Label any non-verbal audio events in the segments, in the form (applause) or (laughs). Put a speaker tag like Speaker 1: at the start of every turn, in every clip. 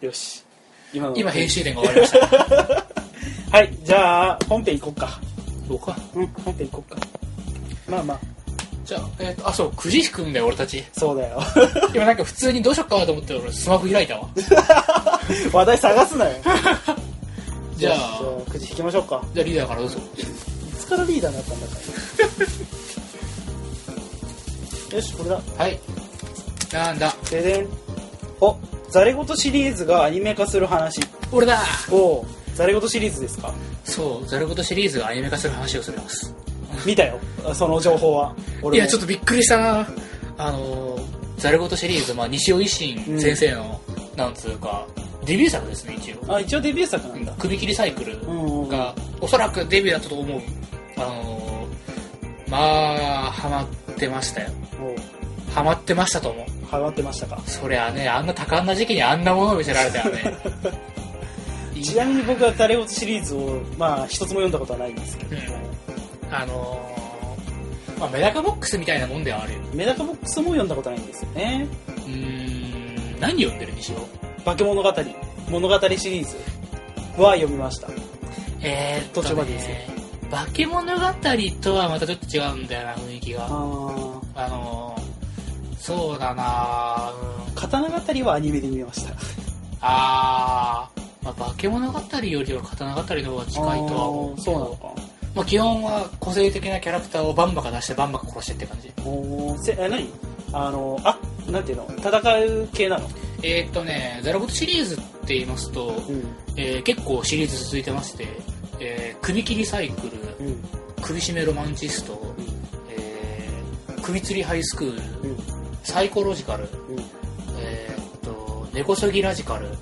Speaker 1: よし今の
Speaker 2: 今編集点が終わりました
Speaker 1: はいじゃあ本編行こっか
Speaker 2: そうか
Speaker 1: うん本編行こっかまあまあ
Speaker 2: じゃあ、えっとあそうくじ引くんだよ俺たち
Speaker 1: そうだよ (laughs)
Speaker 2: 今なんか普通にどうしよっかと思って俺スマホ開いたわ
Speaker 1: 話題探すなよ
Speaker 2: じゃ
Speaker 1: よし
Speaker 2: あ
Speaker 1: じゃくじ引きましょうか
Speaker 2: じゃあリーダーからどうぞ
Speaker 1: いつからリーダーになったんだか (laughs) よしこれだ
Speaker 2: はいなんだ
Speaker 1: ででんおザレ言シリーズがアニメ化する話
Speaker 2: 俺だ
Speaker 1: おザレ言シリーズですか
Speaker 2: そうザルゴトシリーズがアニメ化する話をするます
Speaker 1: 見たよその情報は俺も
Speaker 2: いやちょっとびっくりしたなあのーザルゴトシリーズ、まあ、西尾維新先生の、なんつうかデビュー作ですね一応
Speaker 1: あ一応デビュー作なんだ
Speaker 2: 首切りサイクル
Speaker 1: うんうんうん
Speaker 2: がおそらくデビューだったと思うあのーまあハマってましたよ
Speaker 1: も
Speaker 2: ハマってましたと思う
Speaker 1: うハマってましたか
Speaker 2: そりゃねあんな多感な時期にあんなものを見せられたら (laughs) ねい
Speaker 1: ちなみに僕はザレ言シリーズをまあ一つも読んだことはないんですけど
Speaker 2: うんあのーまあメダカボックスみたいなもんではあるよ
Speaker 1: メダカボックスも読んだことないんですよね
Speaker 2: うーん何読んでる西尾
Speaker 1: 化け物語物語シリーズは読みました
Speaker 2: えー、っと、
Speaker 1: 途
Speaker 2: ね、
Speaker 1: 中までですよ
Speaker 2: 化け物語とはまたちょっと違うんだよな、雰囲気
Speaker 1: あ
Speaker 2: が。
Speaker 1: ー
Speaker 2: あのー、そうだなうん
Speaker 1: 刀語はアニメで見ました
Speaker 2: あー、まあ、化け物語よりは刀語の方が近いとは思う
Speaker 1: あー
Speaker 2: け
Speaker 1: そうな
Speaker 2: ど
Speaker 1: のか
Speaker 2: まあ、基本は個性的なキャラクターをバンバカ出してバンバカ殺してって感じ。
Speaker 1: おーせえ何あのあなんていうの戦う系なの
Speaker 2: えー、っとね、ザラゴトシリーズって言いますと、
Speaker 1: うん
Speaker 2: えー結構シリーズ続いてまして、えー首切りサイクル、
Speaker 1: うん
Speaker 2: 首絞めロマンチスト、えー首吊りハイスクール、
Speaker 1: うん
Speaker 2: サイコロジカル、
Speaker 1: うん
Speaker 2: えーっと、根こそぎラジカル、
Speaker 1: うん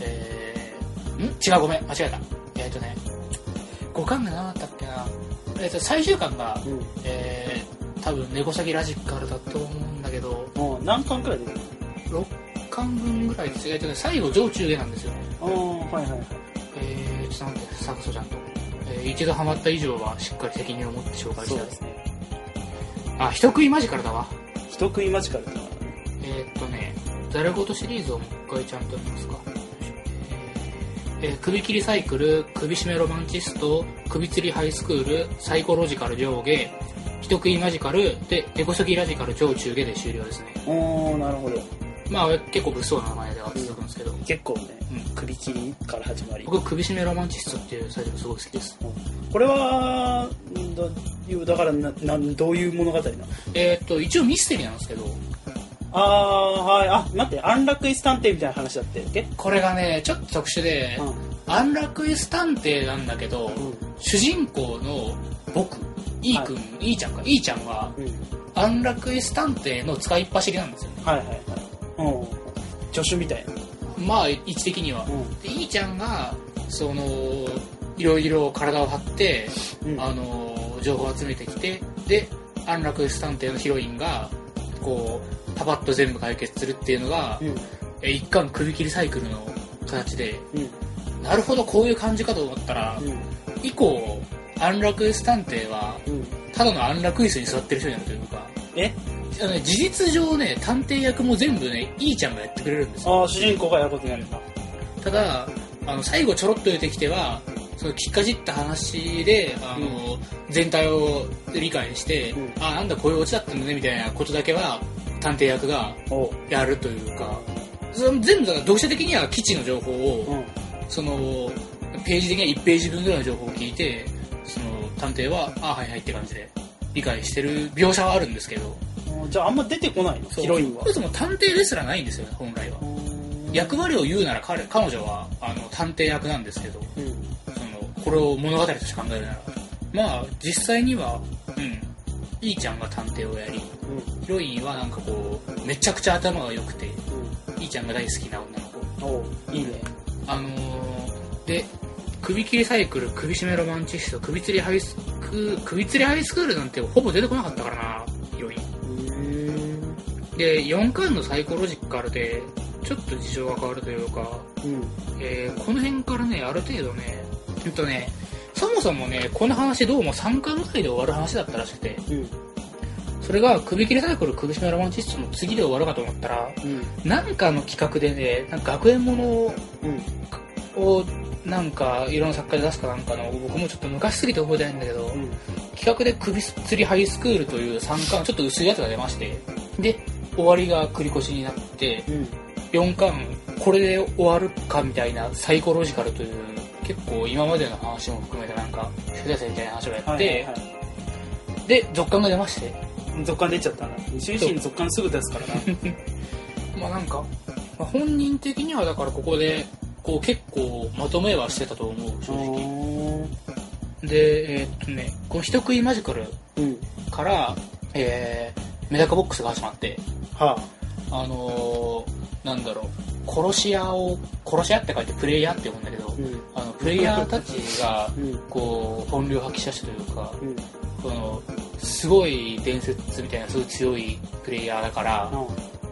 Speaker 2: えー、ん違う、ごめん、間違えた。えーっとね、5巻が何だったっけな。えーっと、最終巻が、
Speaker 1: うん
Speaker 2: えー、多分根こそぎラジカルだと思うんだけど、
Speaker 1: もう何巻くらい出てる
Speaker 2: 6巻分ぐらいです。えーっとね、最後、上中下なんですよね。
Speaker 1: ああはいはいはい
Speaker 2: えー、ちょっと待って、サクソちゃんと。えー、一度ハマった以上はしっかり責任を持って紹介し
Speaker 1: そう
Speaker 2: たい
Speaker 1: で。すね
Speaker 2: あ、人食いマジカルだわ。
Speaker 1: 人食いマジカルってのがあるね
Speaker 2: えーっとね、ザルゴトシリーズをもう一回ちゃんと見ますか。えーえー首切りサイクル、首絞めロマンチスト、首吊りハイスクール、サイコロジカル上下、人食いマジカル、で、手こそぎラジカル上中下で終了ですね。
Speaker 1: おーなるほど
Speaker 2: まあ、結構物騒な名前では続くんですけど、
Speaker 1: 結構ね、
Speaker 2: うん
Speaker 1: 首切りから始まり
Speaker 2: 僕、首絞めロマンチストっていうサイトがすごい好きです。
Speaker 1: これはんだいうだからななんどういう物語なの
Speaker 2: えーっと、一応ミステリーなんですけど、
Speaker 1: ああはいあ待って安楽椅子探偵みたいな話だってけ
Speaker 2: これがね、ちょっと特殊で、安楽椅子探偵なんだけど、
Speaker 1: うん
Speaker 2: 主人公の僕、イー君、イーちゃんか、イーちゃんは、
Speaker 1: うん
Speaker 2: 安楽椅子探偵の使いっ走りなんですよね
Speaker 1: はいはいはいうん助手みたいな
Speaker 2: まあ位置的には、
Speaker 1: う
Speaker 2: でいいちゃんがそのいろいろ体を張って、
Speaker 1: うん
Speaker 2: あの情報を集めてきてで安楽椅子探偵のヒロインがこうパパッと全部解決するっていうのが、
Speaker 1: ん
Speaker 2: え一貫首切りサイクルの形で
Speaker 1: うん
Speaker 2: なるほどこういう感じかと思ったら、以降安楽椅子探偵は
Speaker 1: うんうん
Speaker 2: ただの安楽椅子に座ってる人になるというか
Speaker 1: え
Speaker 2: あのね事実上ね探偵役も全部ねいいちゃんがやってくれるんですよ
Speaker 1: ああ主人公がやることになるんだ
Speaker 2: ただあの最後ちょろっと出てきてはそのきっかじった話であの、全体を理解して、
Speaker 1: うん
Speaker 2: あなんだこういうオチだったんだねみたいなことだけは探偵役が
Speaker 1: おう
Speaker 2: やるというかその全部だから読者的には基地の情報を、
Speaker 1: うん
Speaker 2: そのページ的には1ページ分ぐらいの情報を聞いてその探偵はあはいはいって感じで理解してる描写はあるんですけど
Speaker 1: あーじゃああんま出てこないの
Speaker 2: そう
Speaker 1: ヒロインは
Speaker 2: そもそも探偵ですらないんですよね本来は役割を言うなら彼彼女はあの探偵役なんですけど
Speaker 1: うん
Speaker 2: そのこれを物語として考えるならまあ実際にはうんいいちゃんが探偵をやり
Speaker 1: うん
Speaker 2: ヒロインはなんかこうめちゃくちゃ頭が良くて
Speaker 1: う
Speaker 2: いいちゃんが大好きな女の子
Speaker 1: んおういいね
Speaker 2: あのー、で首切りサイクル首絞めロマンチスト首吊りハイスク首吊りハイスクールなんてほぼ出てこなかったからなヒロイ
Speaker 1: う
Speaker 2: ン
Speaker 1: ん
Speaker 2: で4巻のサイコロジカルでちょっと事情が変わるというか
Speaker 1: うん
Speaker 2: えーこの辺からね、ある程度ね、えっとね、そもそもね、この話どうも3巻ぐらいで終わる話だったらしくて、
Speaker 1: うん
Speaker 2: それが首切りサイクル首絞めロマンチストの次で終わるかと思ったら
Speaker 1: うん
Speaker 2: なんかの企画でねなんか学園もの
Speaker 1: うん
Speaker 2: をなんかいろんな作家で出すかなんかの僕もちょっと昔すぎて覚えてないんだけど、企画で首吊りハイスクールという三巻ちょっと薄いやつが出ましてで終わりが繰り越しになって
Speaker 1: うん
Speaker 2: 4巻これで終わるかみたいなサイコロジカルという結構今までの話も含めてなんか主題生みたいな話をやって、
Speaker 1: はいはいはい
Speaker 2: で続巻が出まして
Speaker 1: 続刊出ちゃったな終始に続刊すぐ出すからな
Speaker 2: まあなんか、まあ、本人的にはだからここでこう結構まとめはしてたと思う正直でえーっとねこの「人食いマジカル
Speaker 1: うん」
Speaker 2: から、えー、メダカボックスが始まって
Speaker 1: は
Speaker 2: あのー、なんだろう殺し屋を殺し屋って書いてプレイヤーって呼ぶんだけど、
Speaker 1: あうん
Speaker 2: あのプレイヤーたちが (laughs)
Speaker 1: うん
Speaker 2: こう本領発揮した人というか
Speaker 1: うん
Speaker 2: そのすごい伝説みたいなすごい強いプレイヤーだから、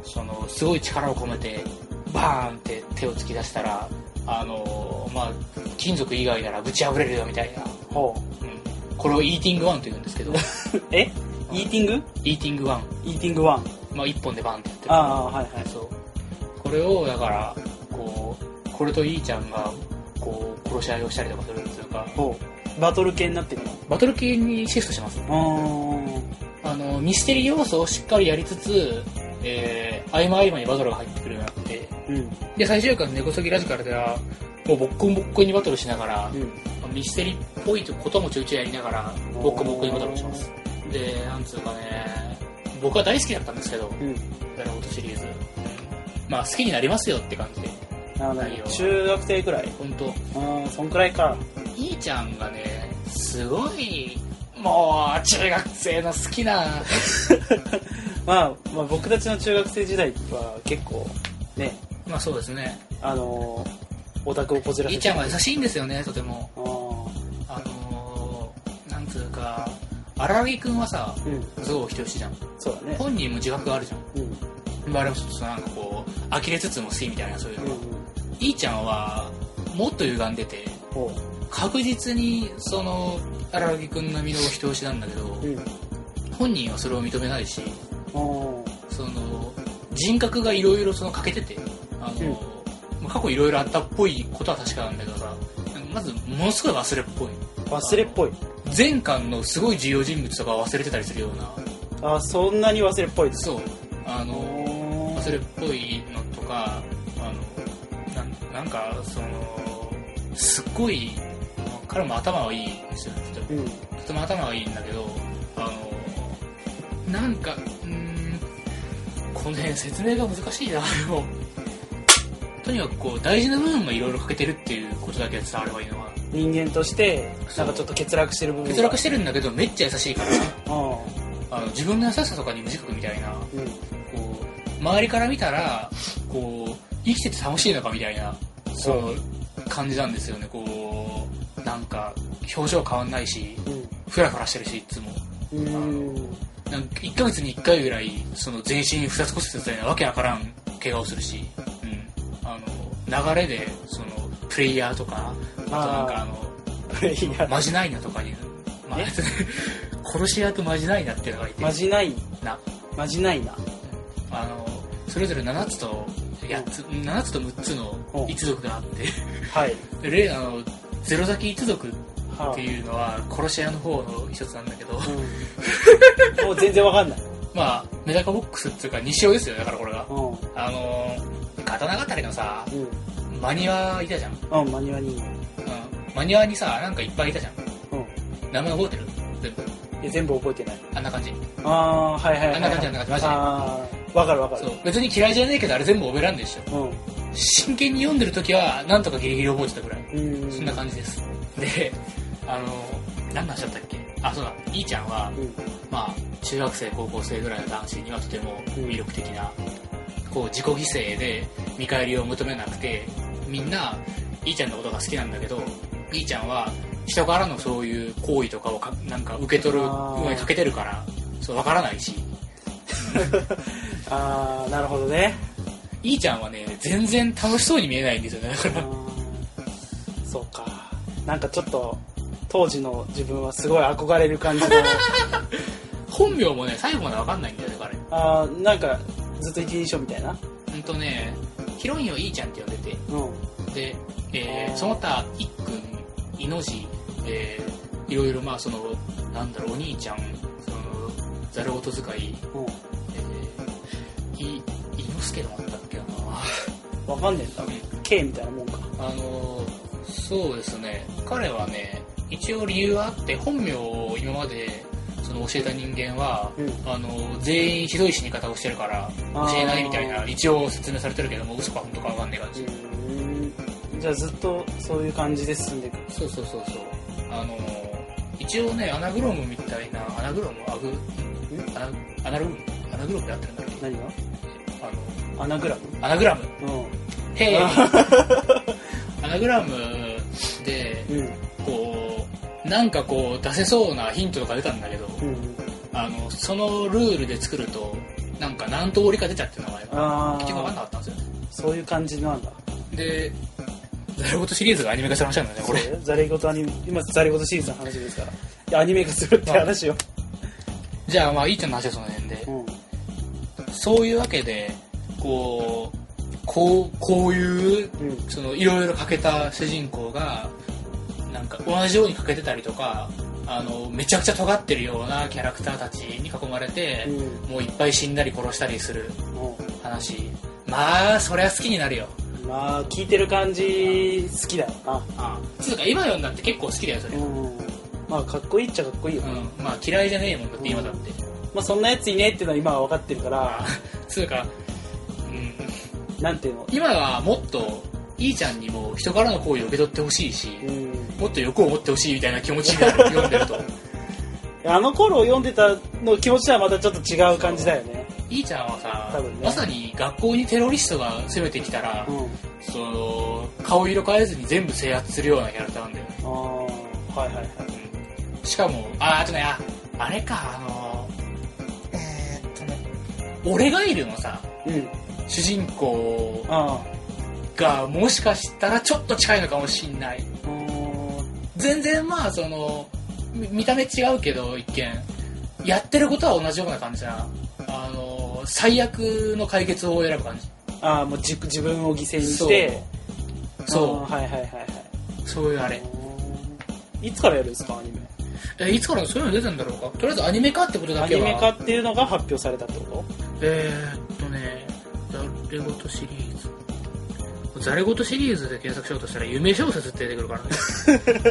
Speaker 2: そのすごい力を込めてバーンって手を突き出したらあのまあ金属以外ならぶち破れるよみたいな、
Speaker 1: ほ
Speaker 2: うん、これをイーティングワンと言うんですけど
Speaker 1: うえイーティング
Speaker 2: イーティングワン、
Speaker 1: イーティングワン
Speaker 2: まあ、1本でバンってやって
Speaker 1: ああはいはい
Speaker 2: そうこれをだからこうこれとイーちゃんがこう殺し合いをしたりとかするんですが
Speaker 1: ほうバトル系になってるの
Speaker 2: バトル系にシフトします
Speaker 1: あー
Speaker 2: あのミステリー要素をしっかりやりつつ、えー、合間合間にバトルが入ってくるようになって
Speaker 1: うん
Speaker 2: で最終回の「根こそぎラジカル」ではもうボッコンボッコンにバトルしながら、
Speaker 1: うん
Speaker 2: ミステリーっぽいこともちょいちょいやりながらボッコボコにバトルをしますでなんつうかね僕は大好きだったんですけど
Speaker 1: うん
Speaker 2: 「ダラゴト」シリーズ、うんまあ好きになりますよって感じで
Speaker 1: なるほ
Speaker 2: 内容
Speaker 1: ど中学生くらい
Speaker 2: 本当
Speaker 1: うんそんくらいか
Speaker 2: いいちゃんがねすごいもう中学生の好きな
Speaker 1: まあまあ僕たちの中学生時代は結構ね
Speaker 2: まあそうですね
Speaker 1: あのーオタクをこじら
Speaker 2: い
Speaker 1: せ
Speaker 2: いち
Speaker 1: て
Speaker 2: ゃんは優しいんですよねとても
Speaker 1: あー
Speaker 2: あのー、なんつうか荒木くんはさ
Speaker 1: うん
Speaker 2: すごいお人よしじゃん
Speaker 1: そうだね
Speaker 2: 本人も自覚があるじゃん
Speaker 1: うん
Speaker 2: まああれもちょっとなんかこう呆れつつも好きみたいなそういう
Speaker 1: うんう
Speaker 2: の、
Speaker 1: ん
Speaker 2: いいちゃんはもっと歪んでて
Speaker 1: ほ
Speaker 2: 確実にその荒木くん並みのお人よしなんだけど、
Speaker 1: ううんあ
Speaker 2: 本人はそれを認めないし
Speaker 1: ー
Speaker 2: その人格がいろいろその欠けててあの、まあ過去いろいろあったっぽいことは確かなんだけどさまずものすごい忘れっぽい
Speaker 1: 忘れっぽい
Speaker 2: 前巻のすごい重要人物とか忘れてたりするような
Speaker 1: あーそんなに忘れっぽいです
Speaker 2: そうあの忘れっぽいのとかあのなんなんかそのすっごい彼も頭はいいんですよとて
Speaker 1: う
Speaker 2: も
Speaker 1: ん
Speaker 2: とても頭はいいんだけどあのなんかうーんこの辺説明が難しいなでもとにかくこう大事な部分がいろいろ欠けてるっていうことだけ伝わればいいのは
Speaker 1: 人間として
Speaker 2: そ
Speaker 1: な
Speaker 2: うん
Speaker 1: かちょっと欠落してる部分
Speaker 2: 欠落しててるんだけどめっちゃ優しいから
Speaker 1: あ
Speaker 2: あの自分の優しさとかに無自覚みたいな
Speaker 1: ーうん
Speaker 2: こう周りから見たらこう生きてて楽しいのかみたいなその感じなんですよねこうなんか表情変わんないしフラフラしてるしいつも
Speaker 1: うんうん
Speaker 2: なんか1ヶ月に1回ぐらいその全身2つ骨折みたいなわけわからん怪我をするし、うん、あの流れでそのプレイヤーとかあとなんかあの
Speaker 1: プレイヤー
Speaker 2: まじないなとかに、まあ
Speaker 1: え
Speaker 2: (laughs) 殺し屋とまじないなっていうのがいて
Speaker 1: まじない
Speaker 2: な
Speaker 1: まじないな
Speaker 2: あのそれぞれ7つと8つ、7つと6つの一族があっ
Speaker 1: はい
Speaker 2: て (laughs) 例あのゼロ咲き一族っ
Speaker 1: は
Speaker 2: ていうのは殺し屋の方の一つなんだけど
Speaker 1: あうんもう全然わかんない
Speaker 2: まあメダカボックスっていうか西尾ですよだからこれが
Speaker 1: うん
Speaker 2: あの刀語りのさ
Speaker 1: うん
Speaker 2: マニアいたじゃん、うん、
Speaker 1: うんマニュアルに
Speaker 2: マニアにさなんかいっぱいいたじゃん
Speaker 1: う
Speaker 2: 名前覚えてる全部
Speaker 1: んいや全部覚えてない
Speaker 2: あんな感じ
Speaker 1: ああはいはいはい
Speaker 2: あんな感じあんな感じマジで
Speaker 1: あーわかるわか
Speaker 2: そ
Speaker 1: る
Speaker 2: う別に嫌いじゃねえけどあれ全部覚えらんでしょ
Speaker 1: う
Speaker 2: 真剣に読んでる時はなんとかギリギリ覚えてたぐらい
Speaker 1: んうん
Speaker 2: そんな感じです。で、あの、何の話だったっけあ、そうだ、いいちゃんは、
Speaker 1: うん
Speaker 2: まあ、中学生、高校生ぐらいの男子にはとても魅力的な、こう、自己犠牲で見返りを求めなくて、みんな、いいちゃんのことが好きなんだけど、いいちゃんは、人からのそういう行為とかをか、なんか受け取る
Speaker 1: あー
Speaker 2: 上にかけてるから、そう、わからないし、
Speaker 1: (laughs) ああなるほどね
Speaker 2: いいちゃんはね、全然楽しそうに見えないんですよね、だか
Speaker 1: う
Speaker 2: ら。
Speaker 1: んそうか
Speaker 2: (laughs)
Speaker 1: なんかちょっと当時の自分はすごい憧れる感じの
Speaker 2: 本名もね、最後までわかんないんだよね、彼。
Speaker 1: あーなんかずっと一人称みたいな
Speaker 2: うんとね、ヒロインをいいちゃんって呼んでて、
Speaker 1: うん
Speaker 2: で、えーその他、いっくん、いのじ、えーいろいろまあその、なんだろう、お兄ちゃん、その、ざる音使い、
Speaker 1: う
Speaker 2: えーい、いのすけのあったっけな
Speaker 1: んわかんねえんだ K みたいなもんか
Speaker 2: あのーそうですね、彼はね、一応理由はあって、本名を今まで、その教えた人間は、
Speaker 1: うん
Speaker 2: あのー全員ひどい死に方をしてるから、
Speaker 1: あー
Speaker 2: 教えないみたいな、一応説明されてるけども、嘘か本当かわかんない感じ。
Speaker 1: うんじゃあずっとそういう感じで進んでいく
Speaker 2: そうそうそうそう。あのー一応ね、アナグロムみたいな、アナグロム、アグ、アナアナログ、アナグロムで合ってるんだっけ
Speaker 1: 何が
Speaker 2: あの、
Speaker 1: アナグラム
Speaker 2: アナグラム。
Speaker 1: う
Speaker 2: へいアナグラムで、
Speaker 1: んうん
Speaker 2: こう、なんかこう、出せそうなヒントとか出たんだけど、
Speaker 1: うん
Speaker 2: あの、そのルールで作ると、なんか何通りか出ちゃって名前が。
Speaker 1: あ
Speaker 2: 結局分かんなかったんですよね。
Speaker 1: あそういう感じなんだ
Speaker 2: で、ザルごとシリーズがアニメ化されましたんだね、これ。
Speaker 1: そうザレ事アニメ今ザレ事シリーズの話ですからいやアニメ化するって話よ、
Speaker 2: じゃあ、まあ、いいちゃんの話はその辺で。
Speaker 1: うん、
Speaker 2: そういうわけで、こう、こう、こういう、
Speaker 1: うん
Speaker 2: その、いろいろ欠けた主人公が、なんか、同じように欠けてたりとか、あの、めちゃくちゃ尖ってるようなキャラクターたちに囲まれて、
Speaker 1: う
Speaker 2: もういっぱい死んだり殺したりする
Speaker 1: も
Speaker 2: 話。まあ、そりゃ好きになるよ。
Speaker 1: うまあ聞いてる感じ好きだよな
Speaker 2: あつうか、今読んだって結構好きだよ、それ。
Speaker 1: う
Speaker 2: うん。
Speaker 1: んまあかっこいいっちゃかっこいいよ、
Speaker 2: まあ、嫌いじゃねえもんだって、今だって。
Speaker 1: まあそんなやついねえっていうのは今は分かってるから
Speaker 2: あつうか、うん、
Speaker 1: なんていうの
Speaker 2: 今はもっと、いいちゃんにも人からの行為を受け取ってほしいし、
Speaker 1: うん
Speaker 2: もっと欲を持ってほしいみたいな気持ちに
Speaker 1: (laughs)
Speaker 2: なる読んでると。
Speaker 1: あの頃読んでたの気持ちとはまたちょっと違う感じだよね
Speaker 2: いいちゃんはさ、
Speaker 1: 多分ね
Speaker 2: まさに学校にテロリストが攻めてきたら、
Speaker 1: うん
Speaker 2: その、顔色変えずに全部制圧するようなキャラクターなんだよね。
Speaker 1: ああはいはいはい
Speaker 2: うんしかも、あ、あとね、あ、あれか、あの、えーっとね、俺がいるのさ、
Speaker 1: うん
Speaker 2: 主人公
Speaker 1: あ
Speaker 2: がもしかしたらちょっと近いのかもしんない。
Speaker 1: あうん
Speaker 2: 全然まあ、その、み見た目違うけど、一見。やってることは同じような感じだな。あの、最悪の解決法を選ぶ感じ。
Speaker 1: ああもう自自分を犠牲にしてあ
Speaker 2: そ
Speaker 1: ーはいはいはいは
Speaker 2: う。そういうあれ。
Speaker 1: いいつからやるんですかアニメ
Speaker 2: え、いつからそういうの出てんだろうかとりあえずアニメ化ってこと
Speaker 1: ア
Speaker 2: だけ
Speaker 1: ニ
Speaker 2: は。
Speaker 1: メ化っていうのが発表されたってこ
Speaker 2: えー、っとね、ザレゴトシリーズ。ザレゴトシリーズで検索しようとしたら夢小説って出てくるか ら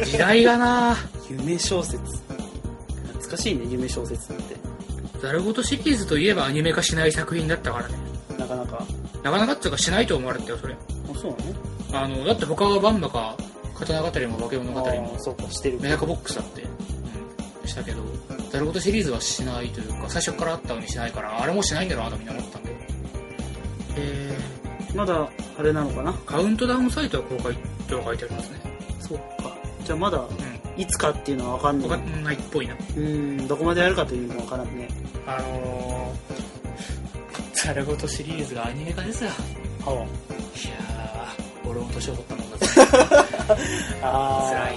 Speaker 1: (laughs)
Speaker 2: ね。時代がな
Speaker 1: と夢小説懐かしいね夢小説って
Speaker 2: ザレゴトシリーズといえばアニメ化しない作品だったからね。
Speaker 1: なかなか
Speaker 2: なかなかっていうかしないと思われてたよ、それ。
Speaker 1: あそうなの
Speaker 2: あの、だって他はバンバか、刀語りも化け物語
Speaker 1: あ
Speaker 2: も
Speaker 1: あ、そうかしてる
Speaker 2: メダカボックスだって、うん、したけど、ザルゴトシリーズはしないというか、最初からあったのにしないから、あれもしないんだろうなとみんな思ったんだよ。え
Speaker 1: まだあれなのかな
Speaker 2: ー、カウントダウンサイトは公開とは書いてありますね。
Speaker 1: そうかじゃあまだいつかっていうのは分か
Speaker 2: うんん。
Speaker 1: な
Speaker 2: わ
Speaker 1: い
Speaker 2: かんないっぽいな。
Speaker 1: うんどこまでやるかというのも分からんね
Speaker 2: あのー、ザルゴトシリーズがアニメ化ですよ。
Speaker 1: は
Speaker 2: やー、俺も年を取ったもんだ (laughs)
Speaker 1: あ
Speaker 2: 辛い。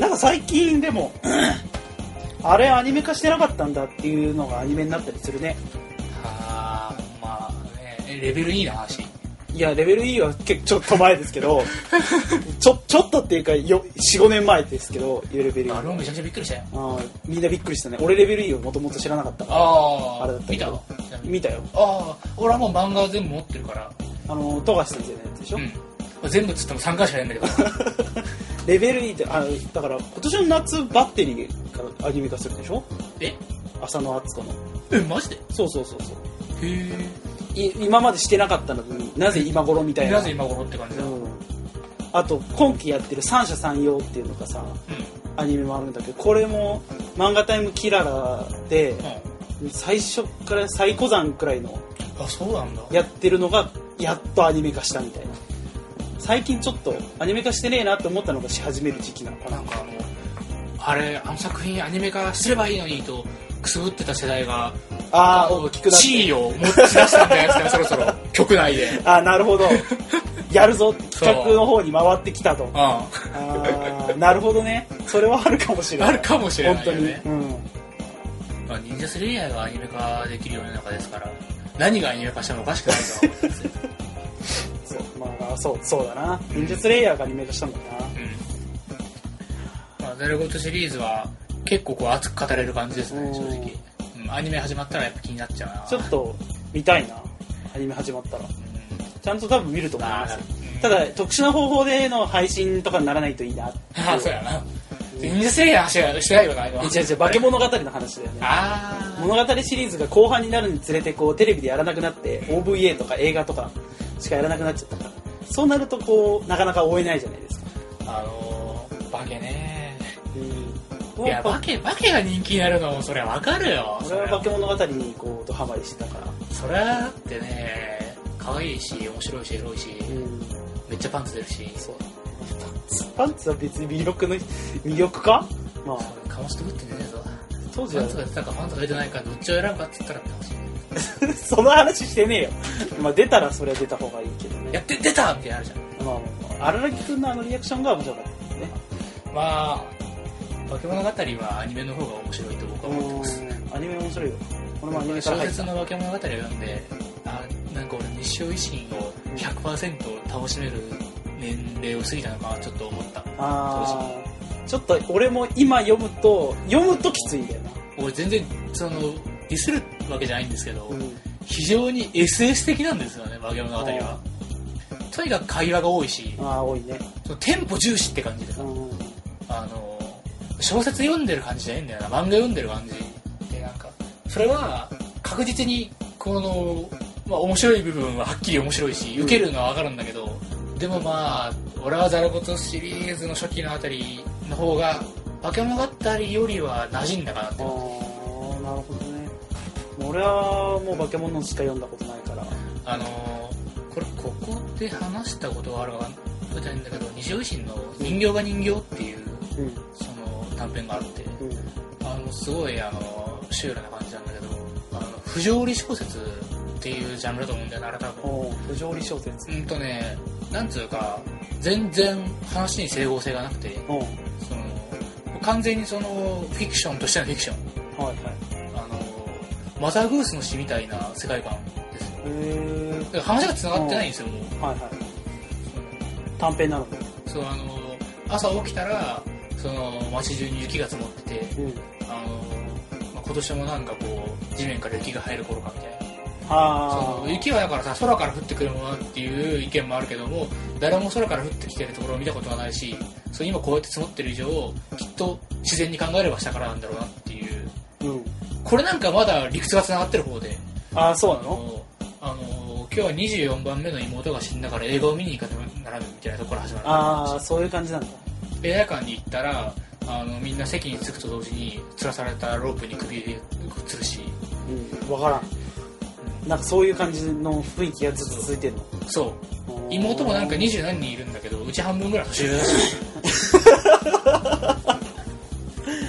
Speaker 1: あなんか最近でも (clears throat) あれアニメ化してなかったんだっていうのがアニメになったりするね
Speaker 2: あー、まあね、えレベルいいな話。
Speaker 1: いやレベル E は結構ちょっと前ですけど (laughs) ちょちょっとっていうか45年前ですけどレベル E
Speaker 2: あれもめちゃくちゃびっくりしたよ。
Speaker 1: あーみんなびっくりしたね俺レベル E をもともと知らなかったから
Speaker 2: あー、
Speaker 1: あれだったけ
Speaker 2: 見た
Speaker 1: ど
Speaker 2: わ。ちなみに
Speaker 1: 見たよ
Speaker 2: ああ、俺はもう漫画は全部持ってるから。
Speaker 1: あの富樫先生のやつでしょ、
Speaker 2: うん。全部っつっても3回しかやんだけど。
Speaker 1: (laughs) レベル E ってあだから今年の夏バッテリーからアニメ化するでしょ
Speaker 2: え
Speaker 1: 浅野敦子の
Speaker 2: え、マジでへ
Speaker 1: そうそうそうそう
Speaker 2: え。
Speaker 1: い今までしてなかったのになぜ今頃みたいな
Speaker 2: なぜ今頃って感じだ。うん。
Speaker 1: うん、あと今期やってる三者三様っていうのがさアニメもあるんだけどこれも漫画タイムキララで
Speaker 2: う
Speaker 1: 最初から最古山くらいの
Speaker 2: ん。あ、そうなんだ。
Speaker 1: やってるのがやっとアニメ化したみたいな最近ちょっとアニメ化してねえなって思ったのがし始める時期なのか
Speaker 2: な
Speaker 1: なん
Speaker 2: かあの、あれ、あの作品アニメ化すればいいのにと、くすぶってた世代が、
Speaker 1: ああ大きくなって
Speaker 2: 地位を持ち出したんだよ、つってそろ
Speaker 1: (laughs)
Speaker 2: そろ。局内で。
Speaker 1: ああなるほ
Speaker 2: (laughs)
Speaker 1: どやるぞって企画の方に回ってきたと
Speaker 2: う
Speaker 1: ああなるほどねそれはあるかもしれ
Speaker 2: ん。
Speaker 1: ない
Speaker 2: あるかもしれ
Speaker 1: 本
Speaker 2: ない
Speaker 1: 当
Speaker 2: よ
Speaker 1: に、
Speaker 2: ね。
Speaker 1: うん、
Speaker 2: まあ、忍者スレイヤーがアニメ化できる世の中ですから、何がアニメ化してもおかしくないとは思うんですよ。
Speaker 1: そうまあそうそうだな忍者スレイヤーがアニメ化したんだな
Speaker 2: うんまあ、ダイレクトシリーズは結構こう熱く語れる感じですね、正直。うん、アニメ始まったらやっぱ気になっちゃうな。
Speaker 1: ちょっと見たいなアニメ始まったら
Speaker 2: うん
Speaker 1: ちゃんと多分見ると思い
Speaker 2: ま
Speaker 1: ま
Speaker 2: あ
Speaker 1: すただ特殊な方法での配信とかにならないといいなって
Speaker 2: ああ、そうやな。忍者セイヤーしかしてないよな、今。
Speaker 1: (laughs) 違う違う化け物語の話だよね
Speaker 2: ああ。
Speaker 1: 物語シリーズが後半になるにつれてこうテレビでやらなくなって OVA とか映画とかしかやらなくなっちゃったからそうなるとこうなかなか追えないじゃないですか
Speaker 2: あのー、バケね。
Speaker 1: うん
Speaker 2: いや、バケ、バケが人気になるのも、そりゃわかるよ。
Speaker 1: 俺は化け物語にこうドハマりしてたから
Speaker 2: そりゃだってね、可愛いし、面白いし、エロいし、
Speaker 1: うん
Speaker 2: めっちゃパンツ出るし、
Speaker 1: そうパンツは別に魅力の魅力かまあ
Speaker 2: かもしとぶってんじゃねえぞ。
Speaker 1: 当時
Speaker 2: パ
Speaker 1: は
Speaker 2: ンツが出たかパンツが出てないかどっちを選ぶかって言ったらって話。
Speaker 1: (laughs) その話してねえよ。まあ出たらそれは出た方がいいけど
Speaker 2: や
Speaker 1: ね
Speaker 2: っ。て出たみたいなのあるじ
Speaker 1: まあまあまあ、荒木くんのあのリアクションが面白かったね。
Speaker 2: ゃん。まあ、化け物語はアニメの方が面白いと僕は思ってます。
Speaker 1: うんアニメ面白いよ。これもアニメから
Speaker 2: 小
Speaker 1: 入った
Speaker 2: 説。の化け物語を読んで、あ、なんか俺日照維新を100%倒しめる年齢を過ぎたのかなちょっと思った。
Speaker 1: ああ、ちょっと俺も今読むと、読むときついんだよな。
Speaker 2: 俺全然、その、ディスるわけじゃないんですけど、
Speaker 1: うん
Speaker 2: 非常に SS 的なんですよね、化け物語は。とにかく会話が多いし、
Speaker 1: ああ、多いね。
Speaker 2: そのテンポ重視って感じでさ
Speaker 1: う、ん。
Speaker 2: あの小説読んでる感じじゃないんだよな漫画読んでる感じでなんかそれは確実にこの、まあ、面白い部分ははっきり面白いし受けるのは分かるんだけど、でもまあ俺はザラコトシリーズの初期のあたりの方が化け物語よりは馴染んだかなって
Speaker 1: ああ、なるほどね。もう俺はもう化け物しか読んだことないから。
Speaker 2: あのこれここで話したことがあるか覚えてないんだけど二条維新の「人形が人形」っていう
Speaker 1: うん。
Speaker 2: その短編があって
Speaker 1: うん。
Speaker 2: あのすごいあのシュールな感じなんだけどあの不条理小説っていうジャンルだと思うんだよなあれ多分
Speaker 1: おー不条理小説。
Speaker 2: うんとねなんつうか全然話に整合性がなくて
Speaker 1: うん。はい
Speaker 2: その完全にそのフィクションとしてのフィクション
Speaker 1: はい。
Speaker 2: あのマザーグースの詩みたいな世界観ですよ
Speaker 1: へえ
Speaker 2: だから話が繋がってないんですよもう
Speaker 1: ー。はいはい。短編なので。
Speaker 2: そのそうあの朝起きたらその街中に雪が積もってて
Speaker 1: うん。
Speaker 2: あの、まあ、今年もなんかこう地面から雪が入る頃かみたいな
Speaker 1: ああ
Speaker 2: その雪はだからさ空から降ってくるものっていう意見もあるけども誰も空から降ってきてるところを見たことがないしそう今こうやって積もってる以上きっと自然に考えれば下からなんだろうなっていう
Speaker 1: うん、
Speaker 2: これなんかまだ理屈がつながってる方で
Speaker 1: ああそう
Speaker 2: あ
Speaker 1: なの
Speaker 2: のあの今日は24番目の妹が死んだから映画を見に行かなきゃならぬみたいなところから始まる
Speaker 1: ああそういう感じなんだ
Speaker 2: 映画館に行ったらあのみんな席に着くと同時に吊らされたロープに首で吊るし、
Speaker 1: うん分からんなんかそういう感じの雰囲気がずっと続いてるの
Speaker 2: うんそう妹もなんか二十何人いるんだけどうち半分ぐらい年上だし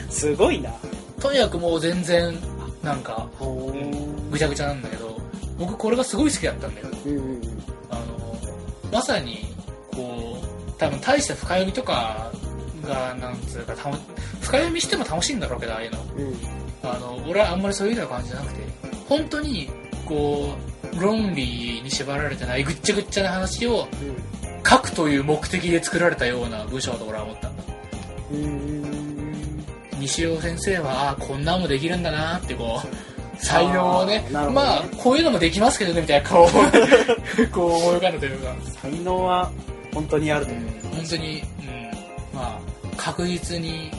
Speaker 1: すごいな
Speaker 2: とにかくもう全然なんか
Speaker 1: お
Speaker 2: う
Speaker 1: ー
Speaker 2: ぐちゃぐちゃなんだけど僕これがすごい好きだったんだよ
Speaker 1: うんうん
Speaker 2: あのまさにこう多分大した深読みとかがなんつうかたの深読みしても楽しいんだろうけどああいうの
Speaker 1: うん
Speaker 2: あの俺はあんまりそういうような感じじゃなくて本当にこう論理に縛られてないぐっちゃぐっちゃな話を書くという目的で作られたような文章だと俺は思った
Speaker 1: うんうん
Speaker 2: 西尾先生はああこんなんもできるんだなってこう才能をね
Speaker 1: あーなるほどね
Speaker 2: まあこういうのもできますけどねみたい
Speaker 1: (laughs)
Speaker 2: な顔をこう思い浮かんだというか、
Speaker 1: 才能は本当にある
Speaker 2: う
Speaker 1: と
Speaker 2: ん、本当に、うん、まあ確実に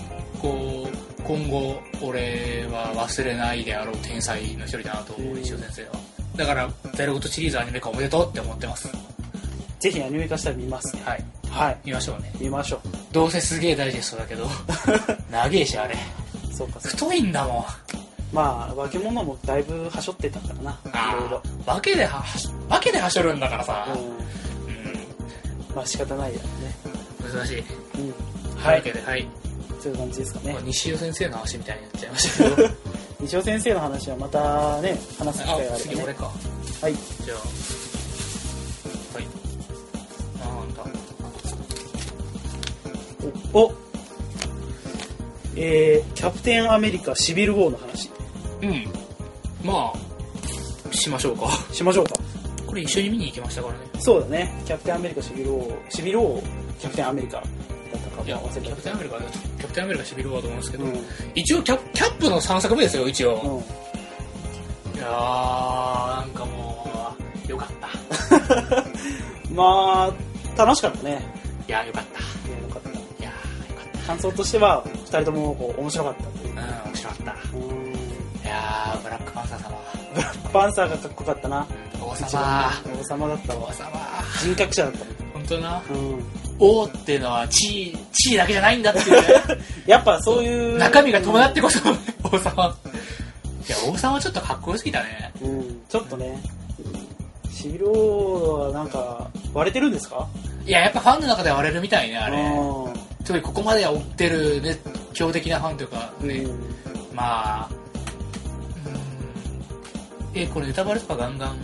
Speaker 2: こう今後俺は忘れないであろう天才の一人だなと思う
Speaker 1: うん
Speaker 2: 西尾先生はだから「ザイルごとシリーズアニメ化おめでとうって思ってます
Speaker 1: ぜひアニメ化したら見ますね
Speaker 2: はい
Speaker 1: はい
Speaker 2: 見ましょうね
Speaker 1: 見ましょ
Speaker 2: どうせすげえダイジェストだけ
Speaker 1: (laughs)
Speaker 2: ど長えしあれ
Speaker 1: うそうかそう
Speaker 2: 太いんだもん
Speaker 1: まあ化け物もだいぶはしょってたからないろいろ
Speaker 2: わけではしわけではしょるんだからさ、
Speaker 1: う
Speaker 2: うん
Speaker 1: まあ仕方ないやね
Speaker 2: ん、難しい、
Speaker 1: うん
Speaker 2: は
Speaker 1: はい
Speaker 2: い、で、はい、
Speaker 1: そういう感じですかね
Speaker 2: まあ西尾先生の話みたいになっちゃいましたけど
Speaker 1: 西尾先生の話はまたね話す機会が
Speaker 2: あ
Speaker 1: あれ
Speaker 2: 次
Speaker 1: ば
Speaker 2: 俺
Speaker 1: ね
Speaker 2: か
Speaker 1: はい
Speaker 2: じゃあはいなんだ
Speaker 1: おおえー、キャプテンアメリカシビル・ウォーの話
Speaker 2: うん。まあ、しましょうか。
Speaker 1: しましょうか。
Speaker 2: これ一緒に見に行きましたからね。
Speaker 1: そうだね。キャプテンアメリカ、シビロー、シビロー、キャプテンアメリカだったかも
Speaker 2: いや、
Speaker 1: 忘
Speaker 2: キ
Speaker 1: れた
Speaker 2: ャプ
Speaker 1: け
Speaker 2: テンアメリカだと、キャプテンアメリカシビローだと思うんですけ
Speaker 1: ど。
Speaker 2: ど、
Speaker 1: うん。う
Speaker 2: 一応キャ、キャップの3作目ですよ、一応。
Speaker 1: ん。
Speaker 2: いやー、なんかもう、よかった。い
Speaker 1: まあ、楽しかったね。
Speaker 2: やー、よかった。
Speaker 1: いやよかった
Speaker 2: いやー、よかっ
Speaker 1: 感想としては、二人ともこう面白かったというか。
Speaker 2: た。うん、面白かっ
Speaker 1: うーん
Speaker 2: た。いやー、ブラックパンサー様。
Speaker 1: パンサーがかっこよかったな。
Speaker 2: 王
Speaker 1: 一
Speaker 2: 様
Speaker 1: 番王様だった
Speaker 2: 王
Speaker 1: わ。
Speaker 2: 様
Speaker 1: 人格者だったも
Speaker 2: 本当な。
Speaker 1: ん。うん。
Speaker 2: 王っていうのは地位、地位だけじゃないんだっていうね。
Speaker 1: やっぱそう
Speaker 2: (laughs)
Speaker 1: いう。
Speaker 2: 中身が伴ってこそ、 (laughs) 王様。いや、王様はちょっとかっこよすぎたね。
Speaker 1: うん。ちょっとね。シビローはなんか、割れてるんですか
Speaker 2: いや、やっぱファンの中では割れるみたいね、あ
Speaker 1: あ
Speaker 2: れ。特にここまでは追ってる、ね、強的なファンというか、ね、
Speaker 1: うん。
Speaker 2: まあ、うん、え、これネタバレとかガンガン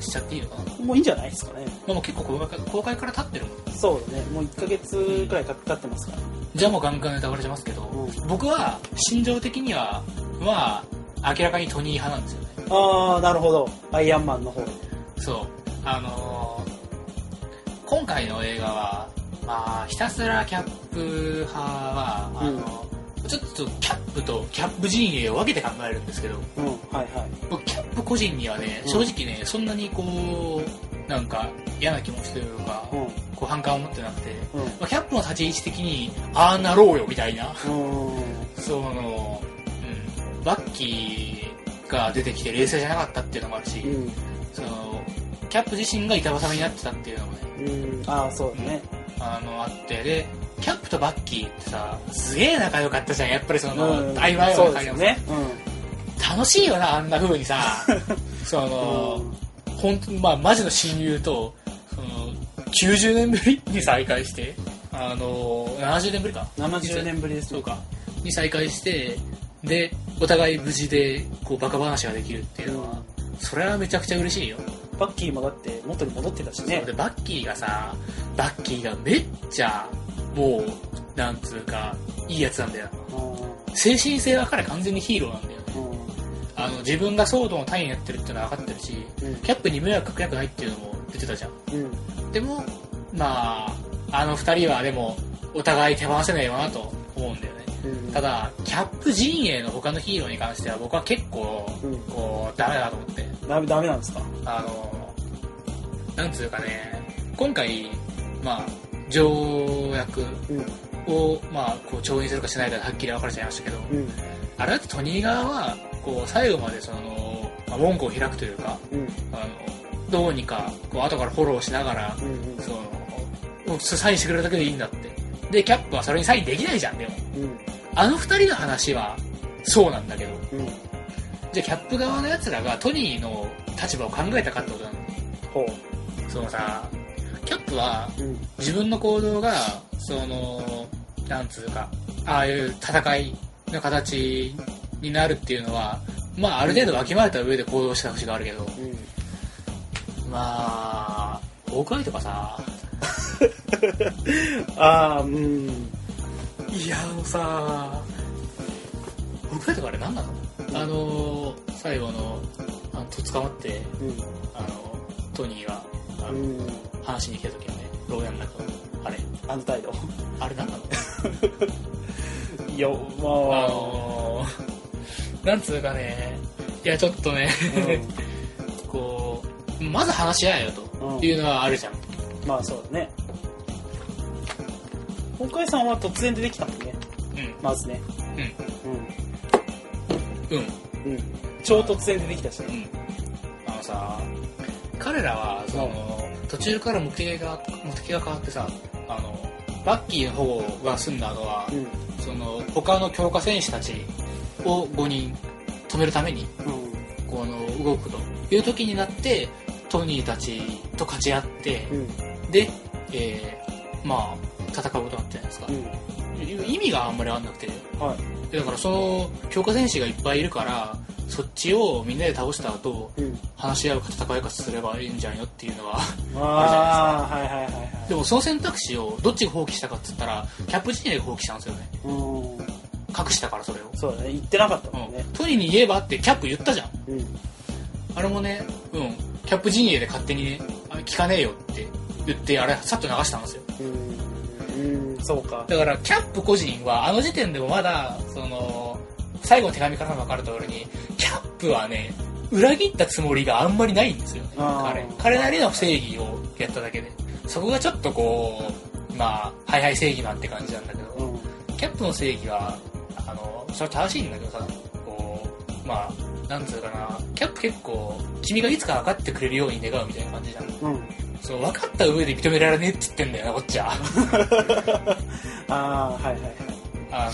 Speaker 2: ししちゃっていいのかなま
Speaker 1: もういいんじゃないですかね。
Speaker 2: あもう結構公開公開から経ってるもん
Speaker 1: そうだね。もう1ヶ月くらいか経ってますから。
Speaker 2: じゃあもうガンガンネタバレしますけど、
Speaker 1: うん
Speaker 2: 僕は心情的には、まあ、明らかにトニー派なんですよね。
Speaker 1: ああ、なるほど。アイアンマンの方。
Speaker 2: そう。あのー今回の映画は、まあ、ひたすらキャップ派は、あのちょっとキャップとキャップ陣営を分けて考えるんですけど、
Speaker 1: うん。はいはい。
Speaker 2: 僕キャップ個人にはね、
Speaker 1: うん
Speaker 2: 正直ね、そんなにこう、なんか嫌な気持ちというか、
Speaker 1: う
Speaker 2: こう反感を持ってなくて、
Speaker 1: ん。
Speaker 2: まあ、キャップの立ち位置的に、ああなろうよみたいな、
Speaker 1: うん。うん。
Speaker 2: その、うん、バッキーが出てきて冷静じゃなかったっていうのもあるし、
Speaker 1: うん。
Speaker 2: その、キャップ自身が板挟みになってたっていうのもね、
Speaker 1: うん。ああ、そうだね。
Speaker 2: あの、あって、で、キャップとバッキーってさ、すげえ仲良かったじゃん、やっぱりその、
Speaker 1: うん。
Speaker 2: 曖昧
Speaker 1: そう
Speaker 2: な
Speaker 1: で
Speaker 2: 会
Speaker 1: す
Speaker 2: 話
Speaker 1: よ
Speaker 2: も
Speaker 1: ね。
Speaker 2: 楽しいよな、あんな風に
Speaker 1: (laughs)
Speaker 2: さ、その、
Speaker 1: う
Speaker 2: 本当にまあマジの親友とその90年ぶりに再会してあの70年ぶりか
Speaker 1: ん。70年ぶりです
Speaker 2: そ
Speaker 1: ね
Speaker 2: う。かに再会してでお互い無事でこうバカ話ができるっていうのは、それはめちゃくちゃ嬉しいよ、
Speaker 1: バッキーもだって元に戻ってたしね
Speaker 2: そう。でバッキーがさバッキーがめっちゃもうなんつうかいいやつなんだよ
Speaker 1: う
Speaker 2: 精神性は彼完全にヒーローなんだよね
Speaker 1: ん。うん。
Speaker 2: あの自分が騒動の単位になってるっていうのは分かってるしキャップに迷惑かけたくないっていうのも出てたじゃん
Speaker 1: うん。
Speaker 2: でも、まあ、あの二人はでも、お互い手放せないよなと思うんだよね。
Speaker 1: うん。
Speaker 2: た、だ、キャップ陣営の他のヒーローに関しては僕は結構、
Speaker 1: うん。
Speaker 2: こう、ダメだなと思って。
Speaker 1: ダメ、ダメなんですか
Speaker 2: あの、なんつうかね、今回、まあ、条約
Speaker 1: うん。
Speaker 2: を、まあ、こう、調印するかしないかではっきり分かれちゃいましたけど、
Speaker 1: うん。
Speaker 2: あれだってトニー側は、こう、最後までその、まあ、文句を開くというか、
Speaker 1: うん。
Speaker 2: あの、どうにか、こう、後からフォローしながら、
Speaker 1: うん。
Speaker 2: その、うんサインしてくれるだけでいいんだって。で、キャップはそれにサインできないじゃん、でも。
Speaker 1: うん。
Speaker 2: あの二人の話は、そうなんだけど。
Speaker 1: うん。うん。
Speaker 2: じゃあ、キャップ側の奴らがトニーの立場を考えたかってことなの。
Speaker 1: ほ
Speaker 2: そのさ、キャップは
Speaker 1: う。うん。
Speaker 2: 自分の行動が、その、なんつうか、ああいう戦いの形になるっていうのは、まあ、ある程度わきまえた上で行動した節があるけど、
Speaker 1: うん。
Speaker 2: まあ、ホークアイとかさ、
Speaker 1: ああ、うん。
Speaker 2: いやあのさ僕らとかあれ何なの、あのー最後のあのと捕まって
Speaker 1: うん。
Speaker 2: あのトニーがあの、
Speaker 1: うん。
Speaker 2: 話しに来た時のね牢屋の中のあれ
Speaker 1: あの態度。
Speaker 2: あれ何なの
Speaker 1: いや、まあ、
Speaker 2: あのーなんつうかねいやちょっとね (laughs) こうまず話し合えよ
Speaker 1: うん
Speaker 2: というのはあるじゃん、
Speaker 1: うんまあそうだね。今回さんは突然出てきたもんね。
Speaker 2: う
Speaker 1: まずね。
Speaker 2: んうんうん
Speaker 1: うん。うん。超突然出てきたし
Speaker 2: う
Speaker 1: ね。
Speaker 2: んあのさ彼らはその、途中から目的が目的が変わってさあのバッキーの保護が済んだのは、
Speaker 1: うん。
Speaker 2: その他の強化選手たちを5人止めるために
Speaker 1: うん。
Speaker 2: この動くという時になってトニーたちと勝ち合って
Speaker 1: うん。
Speaker 2: で、えーまあ戦うことになってるんですか、
Speaker 1: うん。
Speaker 2: 意味があんまりあんなくて
Speaker 1: はい。
Speaker 2: でだからその強化選手がいっぱいいるからそっちをみんなで倒した後
Speaker 1: うん。
Speaker 2: 話し合うか戦いかすればいいんじゃないのっていうのは (laughs)
Speaker 1: ああ、はいはいはいはい。
Speaker 2: でもその選択肢をどっちが放棄したかっつったらキャップ陣営が放棄したんですよね
Speaker 1: うん。
Speaker 2: 隠したからそれを、
Speaker 1: そうだね言ってなかったもん
Speaker 2: う
Speaker 1: ね
Speaker 2: ん、トイレに言えばってキャップ言ったじゃん
Speaker 1: うん、
Speaker 2: あれもねうんキャップ陣営で勝手にねあ聞かねえよって言ってあれさっと流したんですよ
Speaker 1: うん、うん、そうか
Speaker 2: だからキャップ個人はあの時点でもまだその最後の手紙からも分かる通りにキャップはね裏切ったつもりがあんまりないんですよね
Speaker 1: あー
Speaker 2: 彼彼なりの正義をやっただけでそこがちょっとこうまあはいはい正義マンって感じなんだけ
Speaker 1: う
Speaker 2: ど
Speaker 1: ん
Speaker 2: キャップの正義はあのそれは正しいんだけどさこうまあなんつうかなキャップ結構君がいつか分かってくれるように願うみたいな感じじゃん
Speaker 1: うん
Speaker 2: その分かった上で認められねえって言ってんだよなこっちは
Speaker 1: (laughs) ああはいはいはい
Speaker 2: あ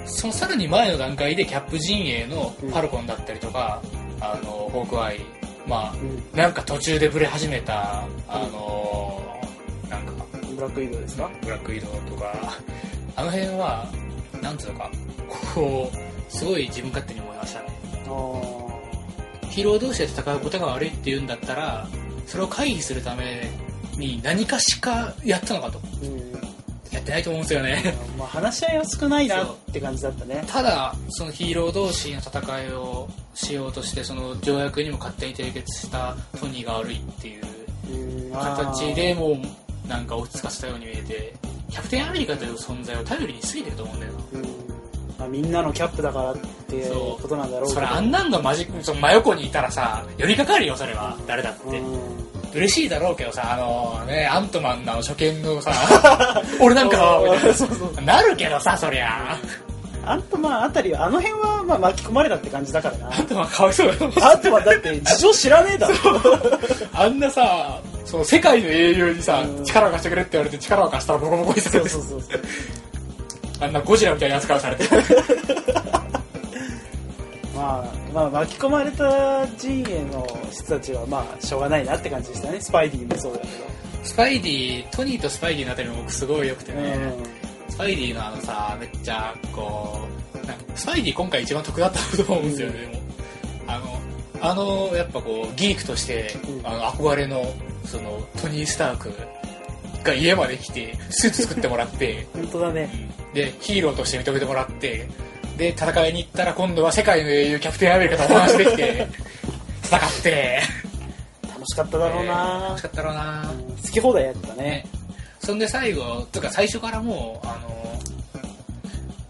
Speaker 2: のそのさらに前の段階でキャップ陣営のファルコンだったりとか、あのホークアイまあなんか途中でブレ始めたあのなんか
Speaker 1: うんブラックイードですか
Speaker 2: ブラック移動とかあの辺はなんつうのかこうすごい自分勝手に思いましたね
Speaker 1: ああ
Speaker 2: ヒーロー同士で戦うことが悪いって言うんだったらそれを回避するために何かしかやったのかと
Speaker 1: うん
Speaker 2: やってないと思うんですよね
Speaker 1: (laughs) まあ話し合いは少ないなって感じだったね
Speaker 2: ただそのヒーロー同士の戦いをしようとしてその条約にも勝手に締結したトニーが悪いっていう
Speaker 1: うんあー
Speaker 2: 形でもうなんか落ち着かせたように見えてキャプテンアメリカという存在を頼りに過ぎてると思うんだよな
Speaker 1: うんまあ、みんなのキャップだからっていう
Speaker 2: そう
Speaker 1: ことなんだろうけ
Speaker 2: そ
Speaker 1: ど
Speaker 2: れあんなんがマジその真横にいたらさ寄りかかるよそれは誰だっ
Speaker 1: う
Speaker 2: て
Speaker 1: ん
Speaker 2: 嬉しいだろうけどさあのねアントマンの初見のさ (laughs) 俺なんかさみたいな
Speaker 1: そうそう
Speaker 2: (laughs) なるけどさそりゃ
Speaker 1: あんとまああたりはあの辺はまあ巻き込まれたって感じだからな
Speaker 2: アントマンかわいそうだ (laughs) よ
Speaker 1: あとはだって事情知らねえだろ
Speaker 2: (laughs) あんなさ、その世界の英雄にさ
Speaker 1: う、ん
Speaker 2: 力を貸してくれって言われて力を貸したらボコボコにす
Speaker 1: そ
Speaker 2: る
Speaker 1: う。そうそうそう
Speaker 2: あんなゴジラみたいな扱いをされて。
Speaker 1: まあまあ巻き込まれた陣営の人たちはまあしょうがないなって感じでしたねスパイディもそうだけ
Speaker 2: スパイディ、トニーとスパイディのあたりも僕すごい良くて
Speaker 1: ど、
Speaker 2: ね、スパイディのあのさ、めっちゃこう、なんかスパイディ今回一番得だったと思うんですよね、でもあの、あの、やっぱこう、ギークとして、
Speaker 1: うん
Speaker 2: あの、憧れの、その、トニー・スタークが家まで来て、スーツ作ってもらって、
Speaker 1: うん本当だね
Speaker 2: でヒーローとして認めてもらってで戦いに行ったら今度は世界の英雄キャプテンアメリカとお話で
Speaker 1: (laughs)
Speaker 2: きて戦って
Speaker 1: 楽しかっただろう
Speaker 2: えー
Speaker 1: な
Speaker 2: 楽し、かったろうな、
Speaker 1: うん好き放題やったね
Speaker 2: ね、そんで最後とか最初からもうあの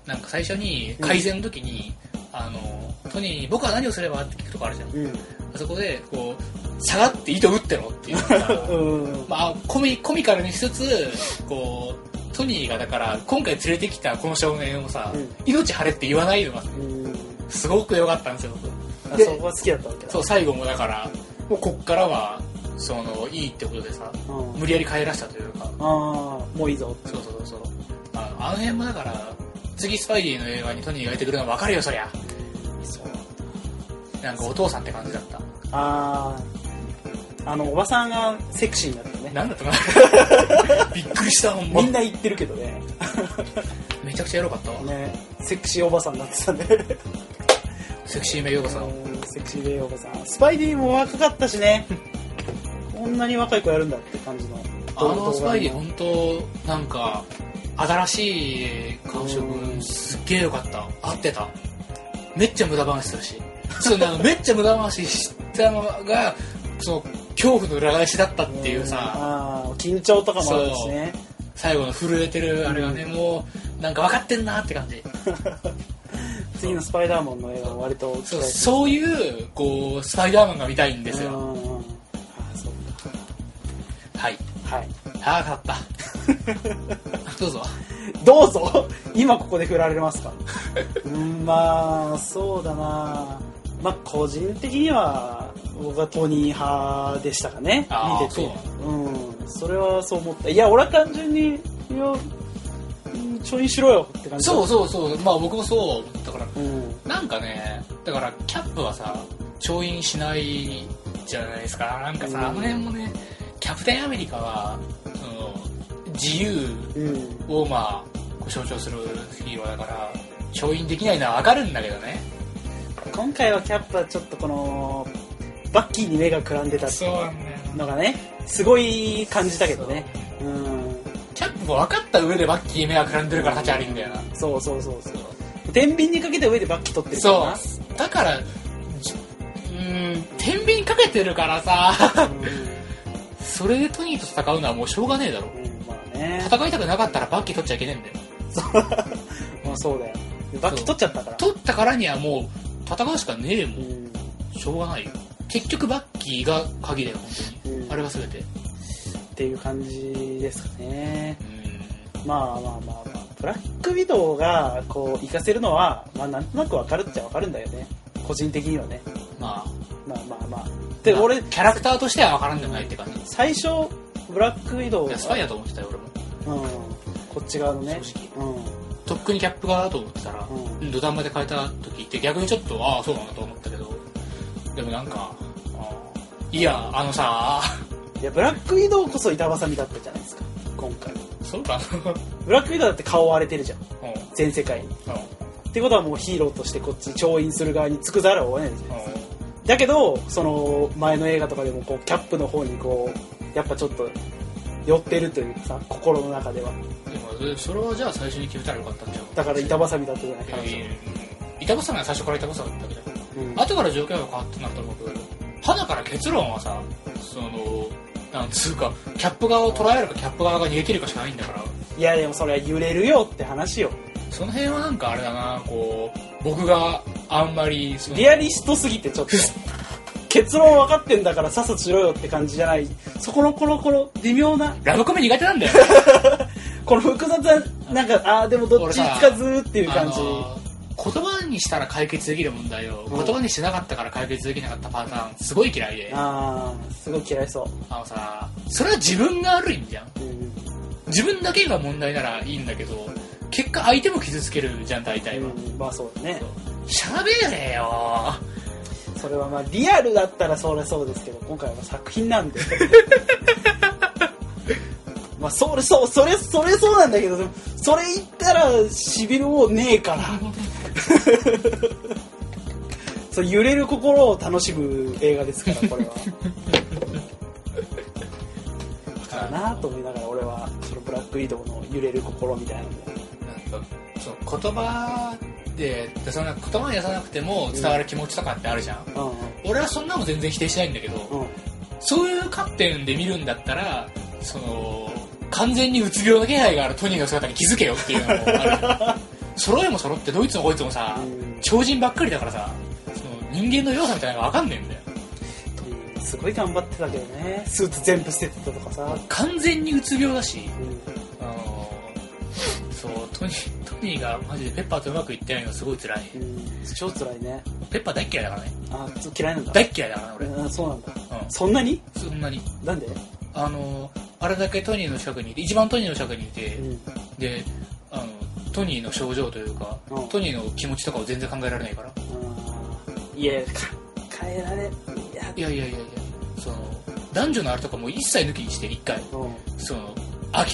Speaker 2: なんか最初に改善の時に、あのトニーに「僕は何をすれば?」って聞くとこあるじゃん
Speaker 1: うん
Speaker 2: あそこでこう下がって糸打ってろっ
Speaker 1: (laughs)
Speaker 2: ていうのが
Speaker 1: うん
Speaker 2: まあ、コミコミカルにしつつこうトニーがだから今回連れてきたこの少年をさ、
Speaker 1: うん
Speaker 2: 命張れって言わないのが
Speaker 1: うん
Speaker 2: すごく良かったんですよ僕
Speaker 1: あ
Speaker 2: で
Speaker 1: そこは好きだったわけだ
Speaker 2: そう最後もだからもうこっからはそのいいってことでさ
Speaker 1: うん
Speaker 2: 無理やり帰らしたというか
Speaker 1: ああもういいぞ
Speaker 2: そうそうそうそうあのあの辺もだから次スパイディの映画にトニーが出てくるのは分かるよそりゃ
Speaker 1: そう
Speaker 2: なんかお父さんって感じだった
Speaker 1: あああのおばさんがセクシーになったね
Speaker 2: なんだったか
Speaker 1: (laughs)
Speaker 2: なびっくりしたほんま
Speaker 1: みんな言ってるけどね
Speaker 2: めちゃくちゃエロかったわ、
Speaker 1: ねセクシーおばさんになってたね
Speaker 2: セクシーめようこ
Speaker 1: (laughs)
Speaker 2: さん
Speaker 1: うんセクシーレイおばさんスパイディも若かったしねこんなに若い子やるんだって感じの
Speaker 2: あのスパイディ
Speaker 1: 動
Speaker 2: 本当なんか新しい感触すっげえよかった合ってためっちゃ無駄話するしそうなのめっちゃ無駄話したのがその恐怖の裏返しだったっ
Speaker 1: 画
Speaker 2: ていうさ
Speaker 1: あー緊張とかもあるしね
Speaker 2: 最後の震えてるあれがねもうなんか分かってんなって感じ
Speaker 1: 次のスパイダーマンの映画は割と期
Speaker 2: そ
Speaker 1: 待
Speaker 2: うそういうこうスパイダーマンが見たいんです
Speaker 1: う
Speaker 2: よ
Speaker 1: んうんうんあーそう
Speaker 2: はい
Speaker 1: かはい
Speaker 2: ああ勝
Speaker 1: (laughs)
Speaker 2: ったどうぞ
Speaker 1: どうぞ (laughs) 今ここで振られます
Speaker 2: (laughs)
Speaker 1: かうんまあそうだなまあ個人的には僕はトニー派でしたかね
Speaker 2: あー
Speaker 1: 見てて
Speaker 2: そ
Speaker 1: うんそれはそう思ったいや俺は単純にいやうんちょいしろよって感じ
Speaker 2: そう
Speaker 1: う
Speaker 2: そうそうまあ僕もそうだから
Speaker 1: うん
Speaker 2: なんかね、だからキャップはさ、調印しないじゃないですか。なんか
Speaker 1: うん
Speaker 2: さ、あの辺もね、キャプテンアメリカは、その、自由
Speaker 1: うん
Speaker 2: をまあ、こう象徴するヒーローだから、調印できないのはわかるんだけどね。
Speaker 1: 今回はキャップはちょっとこのバッキーに目がくらんでた
Speaker 2: そうなんだよ
Speaker 1: のがねすごい感じたけどねうん
Speaker 2: キャップも分かった上でバッキー目がくらんでるから立ち悪いんだよな。
Speaker 1: そうそうそうそう天秤にかけた上でバッキ取ってるから
Speaker 2: そ
Speaker 1: な
Speaker 2: う。だから、じうん、天秤かけてるからさ、
Speaker 1: うん
Speaker 2: それでトニーと戦うのはもうしょうがねえだろ。
Speaker 1: うんまあね
Speaker 2: 戦いたくなかったらバッキ取っちゃいけねえんだよ。
Speaker 1: まあそうだよバッキ取っちゃったから
Speaker 2: 取ったからにはもう、戦うしかねえも
Speaker 1: うん
Speaker 2: ん。しょうがないよ。結局バッキーが鍵だよ、本当に。
Speaker 1: うん
Speaker 2: あれが全て。
Speaker 1: っていう感じですかね
Speaker 2: うん。
Speaker 1: まあまあまあ、まあ、ブラックビドウがこう活かせるのは、まあ、なんとなくわかるっちゃわかるんだよね個人的にはね
Speaker 2: まあ、
Speaker 1: まあまあまあで
Speaker 2: まあ
Speaker 1: 俺
Speaker 2: キャラクターとしては分からんでもないって感じ。い
Speaker 1: 最初ブラックウィドウ
Speaker 2: や、スパイだと思ってたよ、俺も。
Speaker 1: うん、こっち側のね
Speaker 2: 正直。
Speaker 1: うん
Speaker 2: とっくにキャップ側だと思ってたら、
Speaker 1: う
Speaker 2: 土壇場で変えた時って逆にちょっと、ああ、そうなんだと思ったけど、でもなんか、あーいや、あのさ、 (laughs)
Speaker 1: いやブラックウィドウこそ板挟みだったじゃないですか今回
Speaker 2: そうかな。
Speaker 1: ブラックウィドウだって顔割れてるじゃん
Speaker 2: うんうん
Speaker 1: 全世界にってことはもうヒーローとしてこっち調印する側につくざるを得ないじゃん
Speaker 2: う
Speaker 1: だけどその前の映画とかでもこうキャップの方にこうやっぱちょっと寄ってるというかさ心の中では
Speaker 2: んでもそれはじゃあ最初に決めたらよかったんちゃう
Speaker 1: だから板挟みだったじゃない
Speaker 2: いや
Speaker 1: 彼
Speaker 2: い
Speaker 1: 女
Speaker 2: や板挟みは最初から板挟みだったけど、
Speaker 1: うん
Speaker 2: 後から条件が変わったんだと思うけど、花から結論はさ、その、なんつうか、キャップ側を捉えるかキャップ側が逃げ切るかしかないんだから、
Speaker 1: いやでもそれは揺れるよって話よ
Speaker 2: その辺はなんかあれだな、こう、僕があんまり、その
Speaker 1: リアリストすぎてちょっと結論分かってんだからさっさとしろよって感じじゃないそこのこのこの微妙な
Speaker 2: ラブコメ苦手なんだよ。
Speaker 1: (laughs) この複雑ななんかああーでもどっちつかずーっていう感じ、
Speaker 2: あのー言葉にしたら解決できる問題を、
Speaker 1: うん
Speaker 2: 言葉にしなかったから解決できなかったパターン、すごい嫌いで。
Speaker 1: あ
Speaker 2: あ
Speaker 1: あすごい嫌いそ
Speaker 2: のさ、それは自分が悪いんじゃん。
Speaker 1: う、うん
Speaker 2: 自分だけが問題ならいいんだけど、結果相手も傷つけるじゃん、大体は。
Speaker 1: うんまあそうだね
Speaker 2: しゃべれよ
Speaker 1: それはまあリアルだったらそれそうですけど今回は作品なん
Speaker 2: (laughs)
Speaker 1: でまあそれそうそれそれそうなんだけどでもそれ言ったらしびるもねえ
Speaker 2: (laughs)
Speaker 1: からそう揺れる心を楽しむ映画ですからこれはだからなと思いながら俺はそのブラックイドウの揺れる心みたいなのも
Speaker 2: なんかそう言葉ででそんな言葉に出さなくても伝わる気持ちとかってあるじゃん、俺はそんなの全然否定しないんだけど、
Speaker 1: うんうん
Speaker 2: そういう観点で見るんだったらその完全にうつ病の気配があるトニーの姿に気づけよっていうのも (laughs) ある揃えも揃ってどいつもこ (laughs) いつもさ、
Speaker 1: うん
Speaker 2: 超人ばっかりだからさその人間の弱さみたいなのが分かんねえんだよ
Speaker 1: うんすごい頑張ってたけどねスーツ全部捨ててたとかさ、
Speaker 2: 完全にうつ病だし
Speaker 1: うん
Speaker 2: あのそうトニートニーがマジでペッパーとうまくいってないのすごい辛い
Speaker 1: うん、超辛いね。
Speaker 2: ペッパー大っ嫌いだからね
Speaker 1: あ、ちょっと嫌いなんだ。
Speaker 2: 大っ嫌いだからね俺、うん、
Speaker 1: うんそうなんだ。そんなに
Speaker 2: そんなに
Speaker 1: なんで
Speaker 2: あのあれだけトニーの近くにいて一番トニーの近くにいて、
Speaker 1: うん。
Speaker 2: であのトニーの症状というか、
Speaker 1: うん
Speaker 2: トニーの気持ちとかを全然考えられないから
Speaker 1: あーいや、か変えられ、いや、
Speaker 2: いやいやいやいやその男女のあれとかも一切抜きにして一回
Speaker 1: うん。
Speaker 2: その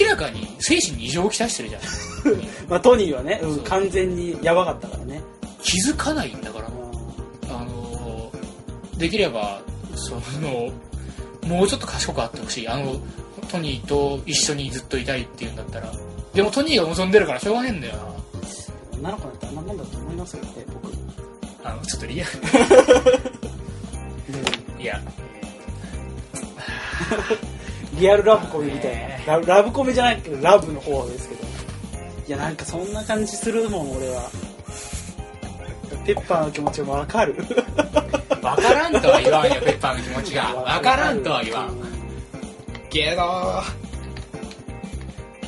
Speaker 2: 明らかに精神に異常をきたし
Speaker 1: (laughs)
Speaker 2: てるじゃんトニー
Speaker 1: まあ、トニーはね、う
Speaker 2: そ
Speaker 1: ん、
Speaker 2: う
Speaker 1: 完全にやばかったからね。
Speaker 2: 気づかないんだから
Speaker 1: う
Speaker 2: あのできればそのもうちょっと賢くあってほしいあのトニーと一緒にずっといたいっていうんだったらでもトニーが望んでるからしょうがねえんだよ
Speaker 1: ん女の子なんてあんなもんだと思いますよね、僕。
Speaker 2: なあのちょっとリアルいや
Speaker 1: リアルラブコメみたいな。ララブコメじゃないけど、ラブの方ですけど。いや、なんかそんな感じするもん、俺は。ペッパーの気持ちもわかる。
Speaker 2: 分からんとは言わんよペッパーの気持ちが分からんとは言わ
Speaker 1: うん
Speaker 2: けど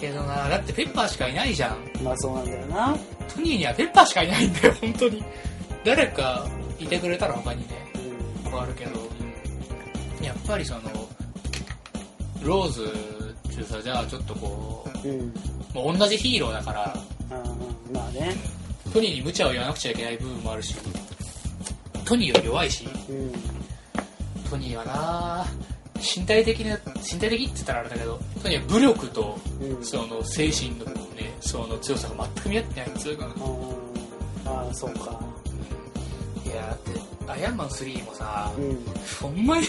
Speaker 2: けどなだってペッパーしかいないじゃん
Speaker 1: んまあ、そうなんだよな。
Speaker 2: トニーにはペッパーしかいないんだよ本当に誰かいてくれたら他にね
Speaker 1: うん
Speaker 2: あるけど、やっぱりそのローズ中さじゃあちょっとこ
Speaker 1: うん、
Speaker 2: うもう同じヒーローだから
Speaker 1: あーまあね、
Speaker 2: トニーに無茶を言わなくちゃいけない部分もあるしトニーは弱いし
Speaker 1: うん、
Speaker 2: トニーはな身体的な身体的って言ったらあれだけどトニーは武力と
Speaker 1: うん
Speaker 2: その精神のねその強さが全く見合ってないっつうかな
Speaker 1: あーあーそうか、
Speaker 2: いやだってアイアンマン3もさ
Speaker 1: うん、
Speaker 2: ほんまに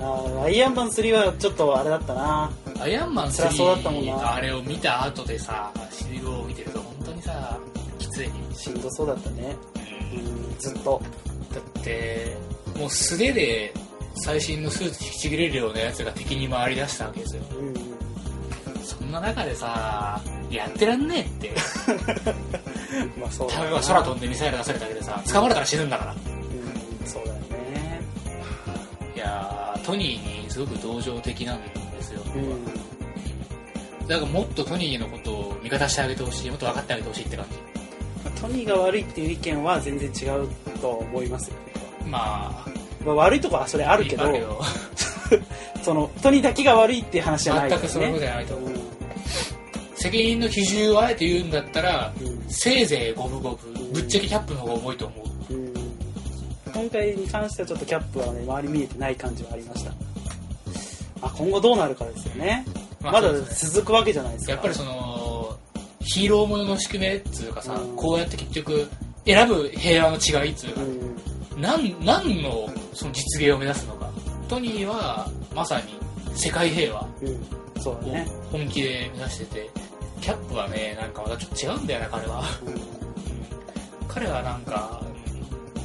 Speaker 1: あーアイアンマン3はちょっとあれだったな、
Speaker 2: アイアンマン
Speaker 1: 辛そうだったもん
Speaker 2: 3
Speaker 1: な
Speaker 2: あれを見た後でさシールドを見てると本当にさきっきつい。
Speaker 1: しんどそうだったね。うん、ずっと。
Speaker 2: だって、もう素手で最新のスーツ引きちぎれるようなやつが敵に回り出したわけですよ。
Speaker 1: うん。
Speaker 2: そんな中でさ、やってらんねえって。
Speaker 1: まあそうだな
Speaker 2: ためは空飛んでミサイル出されただけでさ、捕まれたら死ぬんだから。
Speaker 1: うん、そうだよね。
Speaker 2: いやー、トニーにすごく同情的なんですよ。
Speaker 1: うん。
Speaker 2: だからもっとトニーのことを味方してあげてほしい、もっと分かってあげてほしいって感
Speaker 1: トニーが悪いっていう意見は全然違うと思いますよ。
Speaker 2: じ。まあ、
Speaker 1: まあ、悪いとこはそれあ
Speaker 2: あ
Speaker 1: るけど、その、トニーだけが悪いっていう話じゃない
Speaker 2: 全
Speaker 1: で
Speaker 2: く
Speaker 1: す
Speaker 2: そうい
Speaker 1: ね
Speaker 2: うこと。じゃないと思う。責任の比重をあえて言うんだったら、
Speaker 1: うんうん
Speaker 2: せいぜい五分五分、ぶっちゃけキャップの方が重いと思う。
Speaker 1: うん今回に関してはちょっとキャップはね、周り見えてない感じはありました。まあ、今後どうなるかですよね。
Speaker 2: まあ
Speaker 1: まだ
Speaker 2: そうです
Speaker 1: 続くわけじゃないですか。
Speaker 2: やっぱりその、ヒーローものの宿命っつうかさ、
Speaker 1: うん
Speaker 2: こうやって結局、選ぶ平和の違いっつうか
Speaker 1: う、ん、
Speaker 2: なん、なんのその実現を目指すのか。トニーは、まさに、世界平和を
Speaker 1: うん、そうだね。
Speaker 2: 本気で目指してて、キャップはね、なんかまたちょっと違うんだよな、彼は。
Speaker 1: うん
Speaker 2: 彼はなんか、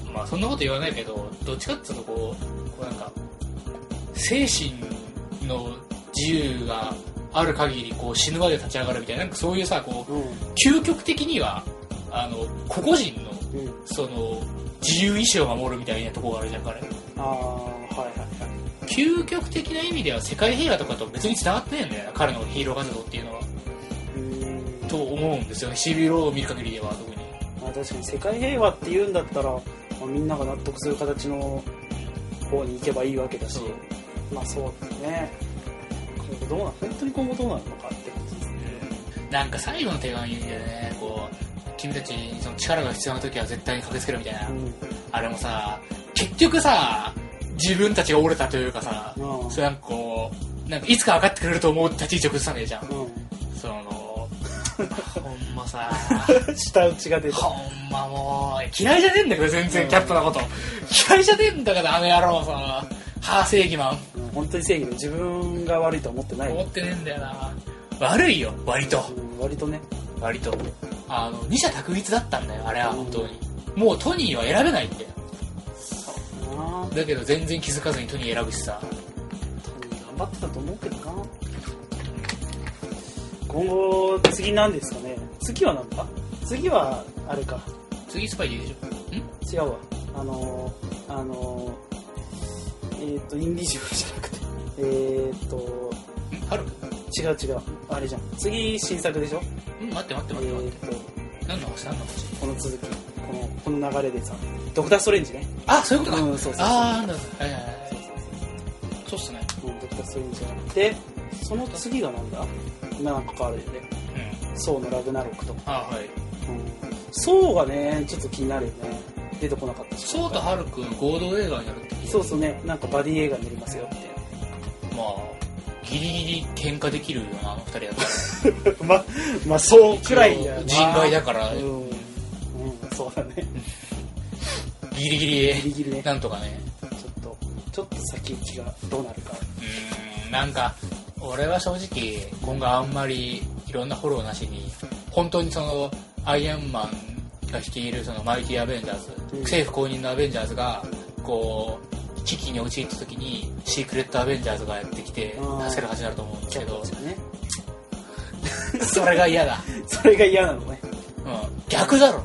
Speaker 2: うんまあそんなこと言わないけど、どっちかっていうとこう、こうなんか、精神の自由がある限りこう死ぬまで立ち上がるみたいな、なんかそういうさ、こ
Speaker 1: うん、
Speaker 2: う、究極的には、あの、個々人の、
Speaker 1: うん、
Speaker 2: その、自由意志を守るみたいなとこがあるじゃん、彼。
Speaker 1: ああ、はいはいはい。
Speaker 2: 究極的な意味では世界平和とかと別に繋がってないんだよな、彼のヒーロー活動っていうのは。
Speaker 1: うん
Speaker 2: と思うんですよね、シビローを見る限りでは特に。
Speaker 1: まあ、確かに世界平和って言うんだったら、まあ、みんなが納得する形の方に行けばいいわけだし
Speaker 2: そう。
Speaker 1: まあそうだね今後どうな本当に今後どうなるのかって感じですね
Speaker 2: なんか最後の手紙でね、こう、君たちにその力が必要な時は絶対に駆けつけるみたいな。あれもさ、結局さ、自分たちが折れたというかさ、
Speaker 1: うんうん
Speaker 2: それなんかこう、なんかいつか分かってくれると思う立ち位置を崩さねえじゃん。その、ほんまさ、
Speaker 1: うん、舌打ちが出た
Speaker 2: ほんまもう、嫌いじゃねえんだけど全然キャップのこと。嫌いじゃねえんだけどあの野郎さ、歯正義マン。
Speaker 1: うん本当に正義で自分が悪いとは思ってない、
Speaker 2: 思ってねえんだよな。悪いよ、割と。
Speaker 1: うん割とね
Speaker 2: 割とあの二者択一だったんだよあれは本当にもうトニーは選べないって
Speaker 1: な
Speaker 2: だけど全然気づかずにトニー選ぶしさ
Speaker 1: 頑張ってたと思うけどな今後次何ですかね次は何だ次はあれか
Speaker 2: 次スパイでいいでしょん
Speaker 1: 違うわあのーあのーえっ、とインビジブルじゃなくてえっ、と
Speaker 2: んハルク
Speaker 1: 違う違うあれじゃん次新作でしょ
Speaker 2: ん待って待って
Speaker 1: えっ、
Speaker 2: 待って待って
Speaker 1: と
Speaker 2: 何の話何の話
Speaker 1: この続きこのこの流れでさドクター・ストレンジね
Speaker 2: あそういうことか、
Speaker 1: うんそうそうそう
Speaker 2: ああなんだはいはいはいそうっすね
Speaker 1: うんドクター・ストレンジじゃなくてその次がなんだなんか変わるよね
Speaker 2: うん
Speaker 1: ソーのラグナロクと
Speaker 2: あーはい
Speaker 1: ソーがねちょっと気になるよね出てこなかったし
Speaker 2: ソウとハルク合同映画になるって聞いた
Speaker 1: そうそうねなんかバディ映画になりますよっ
Speaker 2: まあギリギリ喧嘩できるよなあの二人だから
Speaker 1: (laughs)
Speaker 2: (laughs)
Speaker 1: てままあそうくらいだよな
Speaker 2: 人外だから
Speaker 1: うん、うん、そうだね
Speaker 2: ギリギ
Speaker 1: ギリ
Speaker 2: リ
Speaker 1: ギリねちょ
Speaker 2: なんとかね
Speaker 1: っとちょっと先行きがどうなるか
Speaker 2: うーんなんか俺は正直今後あんまりいろんなフォローなしに本当にそのアイアンマンが率いるそのマイティアベンジャーズ、
Speaker 1: うん
Speaker 2: 政府公認のアベンジャーズがこう危機に陥った時にシークレットアベンジャーズがやってきて
Speaker 1: うん
Speaker 2: 助けるはずになると思うんですけど
Speaker 1: ですよね
Speaker 2: それが嫌だ、
Speaker 1: それが嫌なのね
Speaker 2: うん、逆だろ
Speaker 1: う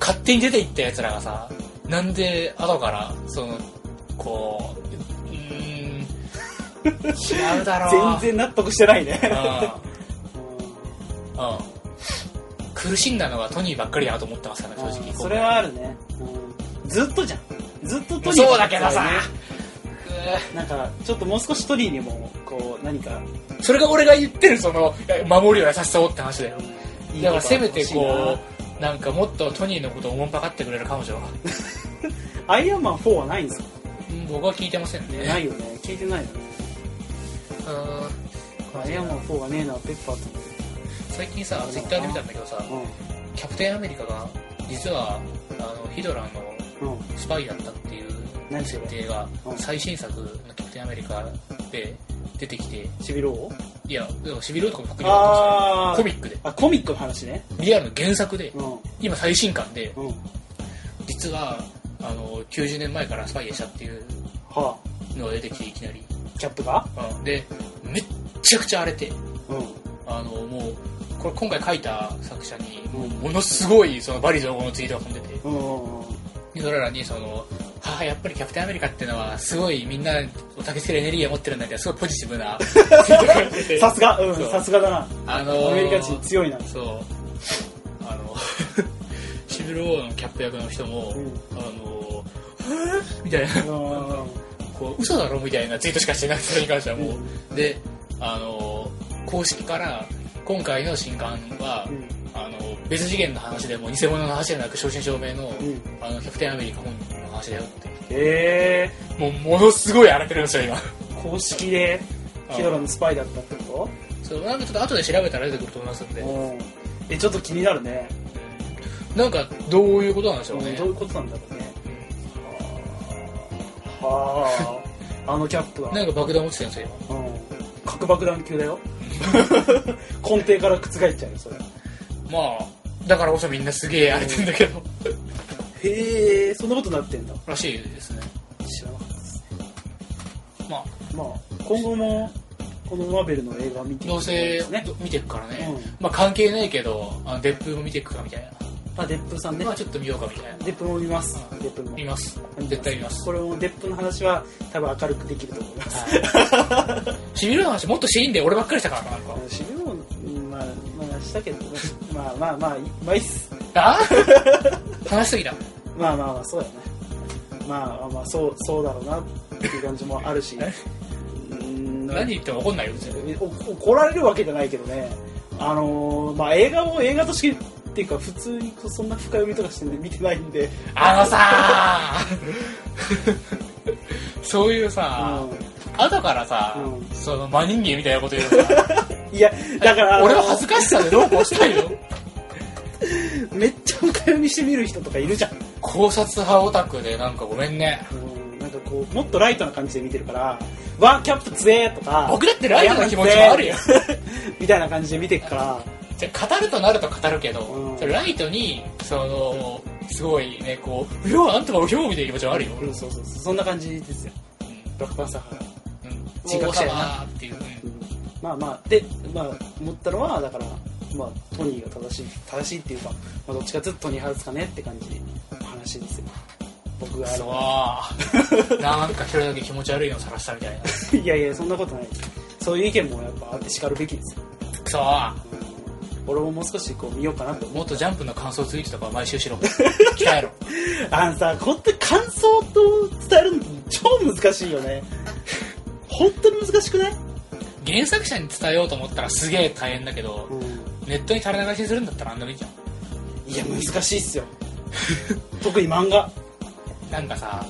Speaker 2: 勝手に出て行ったやつらがさなんで後からそのこ
Speaker 1: (laughs)
Speaker 2: ううーん違うだろ
Speaker 1: ん全然納得してないね
Speaker 2: (laughs) 然
Speaker 1: うん
Speaker 2: うん苦しんだのはトニーばっかりだなと思ってますから正直
Speaker 1: それはあるね、うん、ずっとじゃんずっとトニー
Speaker 2: そうだけどさ、
Speaker 1: なんかちょっともう少しトリーにもこう何か
Speaker 2: うんそれが俺が言ってるその守りを優しさをって話だよ
Speaker 1: いい
Speaker 2: だ
Speaker 1: こ
Speaker 2: か
Speaker 1: と
Speaker 2: らせめて
Speaker 1: が欲
Speaker 2: こ
Speaker 1: し
Speaker 2: うなんかもっとトニーのことをおもんばかってくれる彼女は
Speaker 1: いなアイアンマン4はないんですよ
Speaker 2: うん僕は聞いてませんね
Speaker 1: ねないよね聞いてないよね
Speaker 2: うん
Speaker 1: アイアンマン4がねえなペッパー
Speaker 2: 最近さツイッターで見たんだけどさ
Speaker 1: と
Speaker 2: キャプテンアメリカが実はあのヒドラの
Speaker 1: うんうん
Speaker 2: スパイだったっていう
Speaker 1: 何そ
Speaker 2: 設
Speaker 1: れ
Speaker 2: 定が
Speaker 1: うん
Speaker 2: 最新作のキャプテンアメリカで出てきて
Speaker 1: シビロー
Speaker 2: いいや、だからしびれるとかも含め
Speaker 1: あー
Speaker 2: コミックで。
Speaker 1: あ、コミックの話ね。
Speaker 2: リアルの原作で、
Speaker 1: うん。
Speaker 2: 今最新刊で、
Speaker 1: うん。
Speaker 2: 実は、あの、90年前からスパイでしたっていう
Speaker 1: は
Speaker 2: のが出てきて、いきなり。
Speaker 1: あ、キャップが
Speaker 2: うんで、めっちゃくちゃ荒れて、
Speaker 1: うん。
Speaker 2: あの、もう、これ今回書いた作者に、もうものすごい、そのバリ雑言のツイートが飛んでて、
Speaker 1: うん。うん
Speaker 2: でそれらに、その、母やっぱりキャプテンアメリカってのは、すごいみんなを焚きつけるエネルギーを持ってるんだって、すごいポジティブなツイートが飛んでて
Speaker 1: さすが、うん
Speaker 2: そう、
Speaker 1: さすがだな。
Speaker 2: あのー
Speaker 1: アメリカ人強いな。
Speaker 2: そう。あの、 (laughs) シビル・ウォーのキャップ役の人も、
Speaker 1: うん。
Speaker 2: あの、えーみたいな、
Speaker 1: うん
Speaker 2: こう、嘘だろみたいなツイートしかしてなくて、それに関してはもう。で、あの、公式から、今回の新刊は、
Speaker 1: うん。
Speaker 2: あの、別次元の話でも、偽物の話じゃなく、正真正銘の、
Speaker 1: うん。
Speaker 2: あの、キャプテンアメリカ本人の話だよって。
Speaker 1: え
Speaker 2: もう、ものすごい荒れてるんですよ、今。
Speaker 1: ー、公式でヒドラのスパイだったってこ
Speaker 2: そう、なんかちょっと後で調べたら出てくると思いますん
Speaker 1: と
Speaker 2: で。
Speaker 1: うん。え、ちょっと気になるね。
Speaker 2: なんか、どういうことなんでし
Speaker 1: う
Speaker 2: ょうね
Speaker 1: ん。どういうことなんだろうね。はあ、あのキャップは。
Speaker 2: なんか爆弾落ちてるんですよ、今。
Speaker 1: うん。核爆弾級だ
Speaker 2: (laughs)
Speaker 1: よ。根底から覆っちゃうよ、それ。
Speaker 2: まあ、だからこそみんなすげえ荒れてんだけど、
Speaker 1: へえ、そんなことになってんだ。
Speaker 2: らしいですね。
Speaker 1: 知らなかったです。
Speaker 2: まあ、
Speaker 1: まあ、今後も、このマーベルの映画見ていく
Speaker 2: ど
Speaker 1: と思
Speaker 2: う
Speaker 1: うんで
Speaker 2: せ
Speaker 1: すね。
Speaker 2: 見てくからね、
Speaker 1: うん
Speaker 2: まあ関係ないけど、あのデップも見てくかみたい
Speaker 1: あ、デップさん
Speaker 2: な。
Speaker 1: ね
Speaker 2: ま。あちょっと見ようかみたいな。
Speaker 1: デップも見ます
Speaker 2: うん。
Speaker 1: デップも
Speaker 2: 見。ます。絶対
Speaker 1: (laughs)
Speaker 2: 見ます。
Speaker 1: これもデップの話は多分明るくできると思います。
Speaker 2: はいしびれの話もっとしていいんで俺ばっかりしたからな、なんか。
Speaker 1: シビも、うんまあ、まあ、したけど、まあまあまあ、いまあいいっす。 (laughs)
Speaker 2: あ話しすぎた。
Speaker 1: まあまあまあ、そうやね。まあまあまあ、そう、そうだろうなっていう感じもあるし。うーん
Speaker 2: 何言っても怒んないよ、別に。
Speaker 1: お怒られるわけじゃないけどね。あのーまあ映画も映画としてっていうか、普通にこうそんな深読みとかして、ね、見てないんで。
Speaker 2: あのさ
Speaker 1: (laughs)
Speaker 2: そういうさ、後からさ、
Speaker 1: うん
Speaker 2: その真人間みたいなこと言うのさ、
Speaker 1: うん、いや、 (laughs) だから、
Speaker 2: 俺は恥ずかしさで (laughs) どうこうしたいよ。
Speaker 1: めっちゃ深読みして見る人とかいるじゃん。
Speaker 2: 考察派オタクでなんかごめんね。
Speaker 1: うんなんかこう、もっとライトな感じで見てるから、わ、キャップ強えとか、
Speaker 2: 僕だってライトな気持ちもあるよ。
Speaker 1: みたいな感じで見てるから、
Speaker 2: じゃあ語るとなると語るけど、
Speaker 1: うん
Speaker 2: それライトに、その、すごいね、こう、うわ、あんたがうひょうみたいな気持ちもあるよ。うん。
Speaker 1: うん、そうそうそう、そんな感じですよ。ブラックパンサーから。
Speaker 2: うん。
Speaker 1: 自覚者やな
Speaker 2: 王様っていう。うん
Speaker 1: まあまあ、で、まあ、思ったのは、だから、まあ、トニーが正しい、正しいっていうか、まあ、どっちかずっとトニー派ですかねって感じの話ですよ。僕があ
Speaker 2: そ
Speaker 1: の
Speaker 2: う。なんか一人だけ気持ち悪いのさらしたみたいな。く
Speaker 1: (laughs) いやいや、そんなことないです。そういう意見もやっぱあって叱るべきですよ。
Speaker 2: そ
Speaker 1: うん俺ももう少しこう見ようかなと思
Speaker 2: も
Speaker 1: っ
Speaker 2: っとジャンプの感想ツイートとか毎週し
Speaker 1: (laughs)
Speaker 2: ろ。鍛えろ。
Speaker 1: て。あのさ、本当に感想と伝えるの超難しいよね。本当に難しくない
Speaker 2: 原作者に伝えようと思ったらすげえ大変だけど、ネットに垂れ流しするんだったらあんなもいいじゃん。
Speaker 1: いや、難しいっすよ。特に漫画。
Speaker 2: なんかさ、